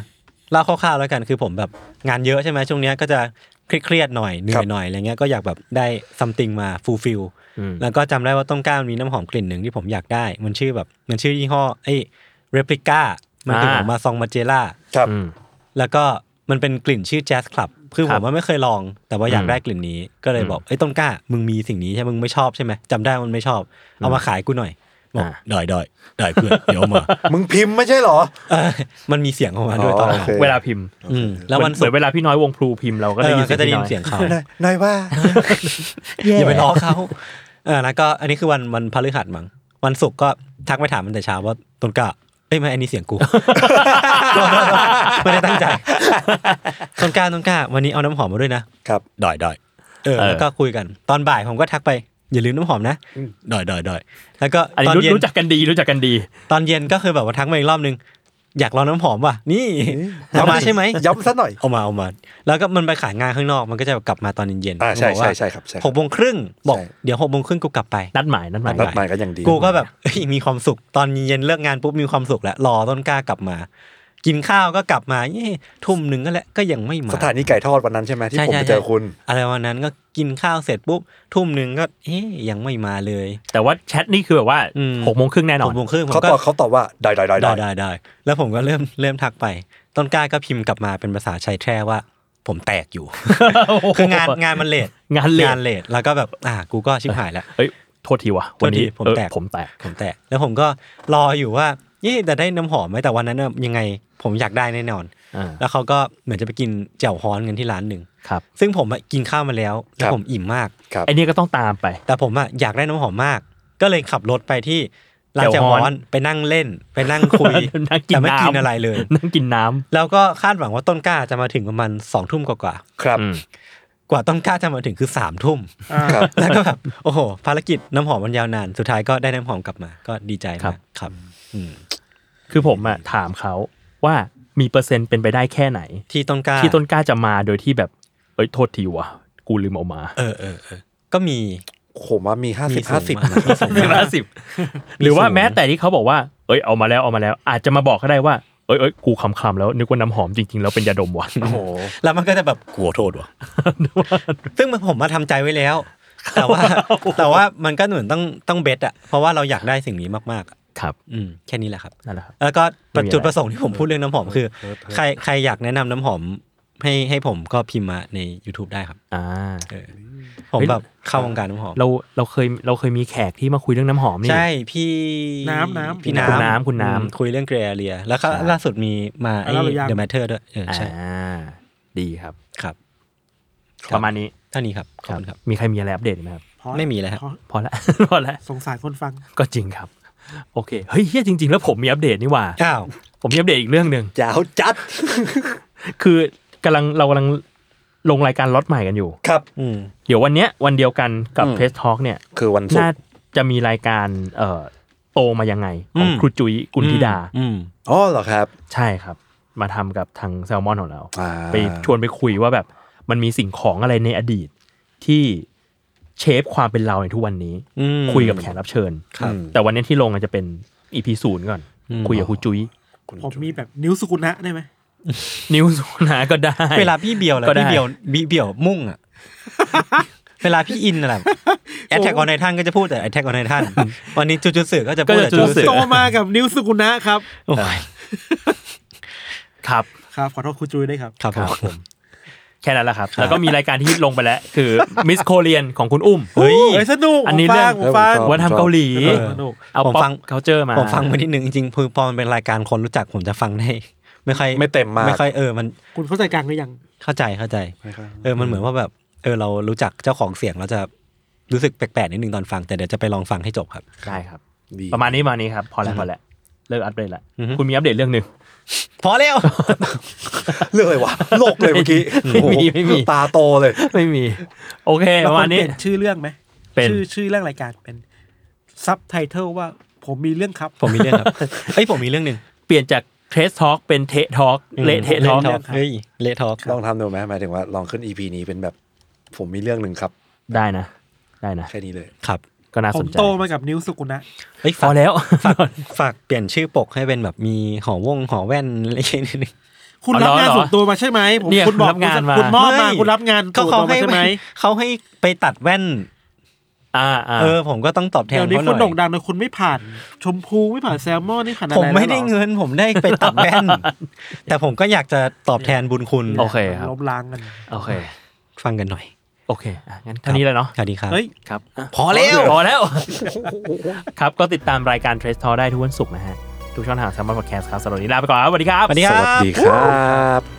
B: เล่าคร่าวๆแล้วกันคือผมแบบงานเยอะใช่ไหมช่วงเนี้ยก็จะเครียดๆหน่อยเหนื่อยหน่อยอะไรเงี้ยก็อยากแบบได้ซัมติงมาฟูลฟิล
C: ม
B: แล้วก็จำได้ว่าต้นกล้ามีน้ำหอมกลิ่นหนึ่งที่ผมอยากได้ มันชื่อแบบ มันชื่อยี่ห้อไอ้เรปลิก้ามันเป็น
C: อ่า
B: ของมาซองมาเจล่า
D: ครับ
C: อืม
B: แล้วก็มันเป็นกลิ่นชื่อแจ๊สคลับคือ
C: ค
B: ผ
C: รับ
B: มว่าไม่เคยลอง แต่ว่าอยา
C: อื
B: ก
C: ม
B: ได้กลิ่นนี้ ก็เลยบอกไอ้ยต้นกล้า มึงมีสิ่งนี้ใช่ไหมมึงไม่ชอบใช่ไหมจำได้มันไม่ชอบ เอามาขายกูหน่อยบอก
C: อ่า
B: ได้ได้ได้เพื่อน เดี๋ย วเอามา
D: มึงพิมพ์ไม่ใช่เหรอ
B: เออมันมีเสียงออกมาด้วยตอนหลั
D: โอง เค
C: เวลาพิมพ์
B: อืมแล้ววัน
C: เห
B: ศุ
C: มือก น
B: ร์
C: เวลาพี่น้อยวงพลูพิมพ์เราก็
B: เอ
C: ได้ยิ
B: อน
C: เสียงพี่น้อย
B: ก็จะได้ยินเสียงเขา
D: หน่อยหน่อยว่า
B: อย่าไปล้อเขาเออแล้วก็อันนี้คือวันวันพฤหัสมั้งวันศุกร์ก็ทักไปถามมันแต่เช้าว่าตนกะเอ้ยไม่อันนี้เสียงกู ไม่ได้ตั้งใจตนกะตนกะวันนี้เอาน้ำหอมมาด้วยนะครับ
A: ได้ได้
B: เออแล้วก็คุยกัน ตอนบ่ายผมก็ทักไป อย่าลืมน้ำหอมนะ
A: ได้ได้ได้
B: แล้วก็
C: อันนี้
B: ตอน
C: รู้
B: เย็น
C: รู้จักกันดีรู้จักกันดี
B: ตอนเย็นก็คือแบบว่าทักมาอีกรอบนึงอยากลองน้ำหอมว่ะนี่เอามาใช่ไหม
D: ย้ำซะหน่อย
B: เอามาเอามา แล้วก็มันไปขายงานข้างนอกมันก็จะกลับมาตอนเย็นๆ
D: อ่า
B: ผ
D: ใช่
B: มบอก
D: ใช่
B: ว่า
D: ใช่ครับ
B: ห
D: ใช่ครับ
B: กโมงครึ่งบอก
D: ใช่
B: เดี๋ยวหกโมงครึ่งกูกลับไป
C: นัดหมายนัดหมาย
B: นั
D: นั
B: ด
D: ด
B: หมาม
D: หาย ยกันอย่างดี
B: กูก็แบบเอ้ยมีความสุขตอนเย็นเลิกงานปุ๊บมีความสุขแล้วรอต้นกล้ากลับมา กินข้าวก็กลับมาเย่ทุ่มหนึ่งก็แล้วก็ยังไม่มา
D: สถานีไก่ทอดวันนั้นใช่ไหมที่
B: ใช่
D: ผม
B: ใช่
D: ไป
B: ใช่
D: เจอคุณ
B: อะไรวันนั้นก็กินข้าวเสร็จปุ๊บทุ่มหนึ่งก็เอ๊ยยังไม่มาเลย
C: แต่ว่าแชทนี่คือแบบว่า
B: อืม
C: หกโมงครึ่งแน่นอ
B: ห
C: น
B: กโมงครึ่งผม
D: เขา
B: ก็
D: ตอบเขาตอบว่าได้ได้ได้
B: ได้
D: ได้
B: ได้ได้แล้วผมก็เริ่มเริ่มทักไป ต้นกล้าก็พิมพ์กลับมาเป็นภาษาชายแท้ว่า ผมแตกอยู่ คืองานงานมันเลท
C: งานเลท
B: งานเลทแล้วก็แบบอ่ะกูก็ชิบหายแล้ว
C: เอ้ยโทษทีว่ะ
B: โทษที
C: วันนี้
B: ผม
C: เออ
B: แตก
C: ผมแตก
B: ผมแตะแล้วผมก็รออยู่ว่าเย่แต่ได้น้ำหอมไหมแต่วันนั้นน่ะยังไงผมอยากได้แน่นอน
C: อ่า
B: แล้วเขาก็เหมือนจะไปกินแจ่วฮ้อนกันที่ร้านหนึ่ง
C: ครับ
B: ซึ่งผมอะกินข้าวมาแล้วแล้วผมอิ่มมาก
D: ครับ
C: ไอเนี้ยก็ต้องตามไป
B: แต่ผมอะอยากได้น้ำหอมมาก ก็เลยขับรถไปที่ร้านแจ่วฮ้
C: แจ่วฮ้
B: อ
C: อน
B: นไปนั่งเล่น ไปนั่งคุย
C: นั่งกิน
B: แต่ไม่กิน
C: น้ำ
B: อะไรเลย
C: นั่งกินน้ำ
B: แล้วก็คาดหวังว่าต้นกล้าจะมาถึงประมาณสองทุ่มกว่า
D: ครับ
C: อืม
B: ๆกว่าต้นกล้าจะมาถึงคือสามทุ่ม
E: อ่า
D: ครับ
B: แล้วก็แบบโอ้โห ภารกิจน้ำหอมมันยาวนาน สุดท้ายก็ได้น้ำหอมกลับมา ก็ดีใจ
C: ครับ
B: มากครับอืม
C: คือผมอ่ะถามเขาว่ามีเปอร์เซ็นต์เป็นไปได้แค่ไหน
B: ที่ต้นกล้า
C: ที่ต้นกล้าจะมาโดยที่แบบเอ้ยโทษทีวะกูลืมเอามา
B: เออเออเออก็มี
D: ผมว่ามีห้าสิบห้าสิบ
B: มีสูง
C: สิบ
B: มาก
C: ห้าสิบหรือว่าแม้แต่ที่เขาบอกว่า เอ้ยเอามาแล้วเอามาแล้ว อาจจะมาบอกก็ได้ว่าเอ้ยเอ้ยกูคำคำๆแล้วนึกว่าน้ำหอมจริงๆแล้วเป็นยาดมวะ
B: แล้วมันก็จะแบบกลัวโทษว่ะ ซึ่งมันผมมาทำใจไว้แล้ว แต่ว่า แต่ว่ามันก็เหมือนต้องต้องเบสอะเพราะว่าเราอยากได้สิ่งนี้มากๆอะ
C: ครับ
B: อืมแค่นี้แหละครับ
C: นั่นแหละครับ
B: แล้วก็
C: ไม่มีอะไร
B: จุดประสงค์ที่ผมพูดเรื่องน้ำหอมคือ ใครใครอยากแนะนำน้ำหอม ให้ให้ผมก็พิมพ์มาใน YouTube ได้ครับ
C: อ่า
B: เออผมแบบเข้าวงการน้ำหอม
C: เราเราเคยเราเคยมีแขกที่มาคุยเรื่องน้ำหอมนี่
B: ใช่พี่
E: น้ำน้ำ
B: พี่
C: คุณ
B: น้ำ
C: น้ำคุณน้ำ
B: อืมคุยเรื่องเกรเรีย แล้วก็
C: ใช่
B: ล่าสุดมีมา
E: อ่ะ
B: ไอ้
E: เล่าหรือยัง
B: The Matter ด้วยเออ
C: อ่า
B: ใช่
C: ดีครับ
B: ครับ
C: ประมาณนี้
B: เท่านี้ครับข
C: ค
B: อบ
C: รับ
B: คุณครับ
C: มีใครมีอะไรอัปเดตไหมครับ
E: พอ
B: ไม่มีแล้วฮะ
E: พอ
C: พอละ พอละ
E: สงสารคนฟัง
C: ก็จริงครับ โอเค เฮ้ยเฮียจริง ๆ แล้วผมมีอัปเดตนี่หว่า
B: อ้าว
C: ผมมีอัปเดตอีกเรื่องหนึ่ง
D: ยาวจัด
C: คือกำลังเรากำลังลงรายการล็อตใหม่กันอยู่
D: ครับ
B: อืม
C: เดี๋ยววันเนี้ยวันเดียวกันกับ
D: อืม
C: เพจทอล์กเนี่ย
D: คือวันศุก
C: น่า
D: ร์
C: จะมีรายการเอ่อโตมายังไง ของ
B: อืม
C: ครูจุ๋ยกุลธิดา
B: อืม
D: อ๋อเหรอครับ
C: ใช่ครับ มาทำกับทางแซลมอนของเรา
D: อ่า
C: ไปชวนไปคุยว่าแบบมันมีสิ่งของอะไรในอดีตที่เชฟความเป็นเราในทุกวันนี้
B: อืม
C: คุยกับแขกรับเชิญ
B: ครับ
C: แต่วันนี้ที่ลงอาจจะเป็นอีพีศูนย์ก่อน
B: อืม
C: คุยกับครูจุ้ย
E: ผมมีแบบนิ้วสุกุณะได้ไหม
C: นิ้วสุนาก็ได้
B: เวลาพี่เบียวอะไร
C: ก็ได้
B: พี่เบียวพี่เบียวมุ่งอะ เวลาพี่อินอะไรแอทแทกออนไททันก็จะพูดแต่แอทแทกออนไททั นวันนี้จุจุสึก็จะ
C: ก็
B: พู
C: จะ
B: ดแต่
C: จุ
B: จุ
C: จุ
B: จุ
C: สึ
B: สึ
E: โตมากับนิ้วสุกุณะครับ
B: โอ้ย
C: ครับ
E: ครับ ขอโทษครูจุ้ยด้วยครับ
B: ครับ
C: ครับ
B: ผ
C: ผม ม แค่นั้นแหละครับ แล้วก็มีรายการที่ลงไปแล้ว คือมิสโคเรียนของคุณอุ้ม
B: เฮ้ย
E: เอ้ยสนุก
C: อัน
E: น
C: นี้
E: ฟั
C: เรื่อง ง
E: ผมฟัง
D: เออ
C: วัฒนธรรมเกาหลี
E: เออ
C: เอา
B: ผม
C: ป๊อ
B: ฟั
C: ป
B: ง
C: เคาเจอมา
B: ผมฟังมานิดนึงจริงๆคือพอมันเป็นรายการคนรู้จักผมจะฟังได้ไม่ค่อย
D: ไม่เต็มมาก
B: ไม่ค่อยเออมัน
E: คุณเข้าใจกลางหรือยัง
B: เข้าใจเข้าใจ เออ มันเหมือนว่าแบบ เออ เรารู้จักเจ้าของเสียงเราจะรู้สึกแปลกๆนิดนึงตอนฟัง แต่เดี๋ยวจะไปลองฟังให้จบครับ
C: ได้ครับ
D: ดี
C: ประมาณนี้ประมาณนี้ครับ พอแล้วพอแล้วเลิกอัปเดตละ
B: อือฮึ
C: คุณมีอัปเดตเรื่องหนึ่ง
B: พอแล้ว
D: เรื่องอะไรวะโลกเลยเมื่อกี้
C: ไม่มีไม่มี
D: ตาโตเลย
C: ไม่มี โอเค
E: เรา
C: ประ
E: คว
C: มาร
E: เป
C: ณนี้
E: ลี่ยนชื่อเรื่องไหม
C: เป็น
E: ชื่อชื่อเรื่องรายการเป็นซับไตเติลว่าผมมีเรื่องครับ
B: ผมมีเรื่องครับ เอ้ย ผมมีเรื่องหนึ่ง
C: เปลี่ยนจากเทสทอล์กเป็นเททอล์กเละเททอล์ก
E: Talk
B: เฮ้ยเละทอก
D: ลองทำดูไหมหมายถึงว่าลองขึ้น EP นี้เป็นแบบ ผมมีเรื่องหนึ่งครับ
C: ได้นะ ได้นะ
D: แค่นี้เลย
B: ครับ
C: ก็น่า
E: ผ
C: ส
E: ม
C: นใจ
E: โตมากับนิ้วสุกุณะ
B: เอ้ย
C: พอแล้ว
B: ฝากฝากเปลี่ยนชื่อปกให้เป็นแบบมีหอวงหอแว่น อะไรอย่างนี้นิดนึง
E: คุณ
C: อ๋อ
E: รับงาน
C: เหรอ
E: ส่วนตัวมาใช่ไหมผม
C: เนี่ย
E: คุณบอก
C: คุณรับงานมา
E: คุณมอบมา
B: ไ
E: คุณรับงาน
B: ก็
E: ส่วน
B: เขา
E: ตัวมา
B: ให้
E: ใช่ไหม
B: เขาให้ไปตัดแว่น
C: อ่าอ่า
B: เออ ผมก็ต้องตอบแทน
E: เดี๋ยวนี้
B: เขาห
E: คุณ
B: น่
E: โด่
B: อง ย
E: ดังนะคุณไม่ผ่าน ชมพูไม่ผ่านแซลมอนนี่ผ่านอะไร
B: ผมไม่ได้
E: แล้วหรอ
B: เงิน ผมได้ไปตัดแว่น แต่ผมก็อยากจะตอบแทนบุญคุณ
C: โอเคครับ
E: ล้มล้างกัน
C: โอเค
B: ฟังกันหน่อย
C: โอเคอ่ะงั้นเท่านี้แล้วเนาะ
B: สวัสดีครับ
E: เฮ้ย
C: ครับะ
B: พอแล้ว
C: พอแล้ว ครับก็ติดตามรายการ Trace Talk ได้ทุกวันศุกร์นะฮะ ทุกช่องทางสามารถพอดแคสต์ครับสำหรับวันนี้ลาไปก่อนครับสวัสดีครับ
B: สวัสดีครับ
D: สวัสดีครับ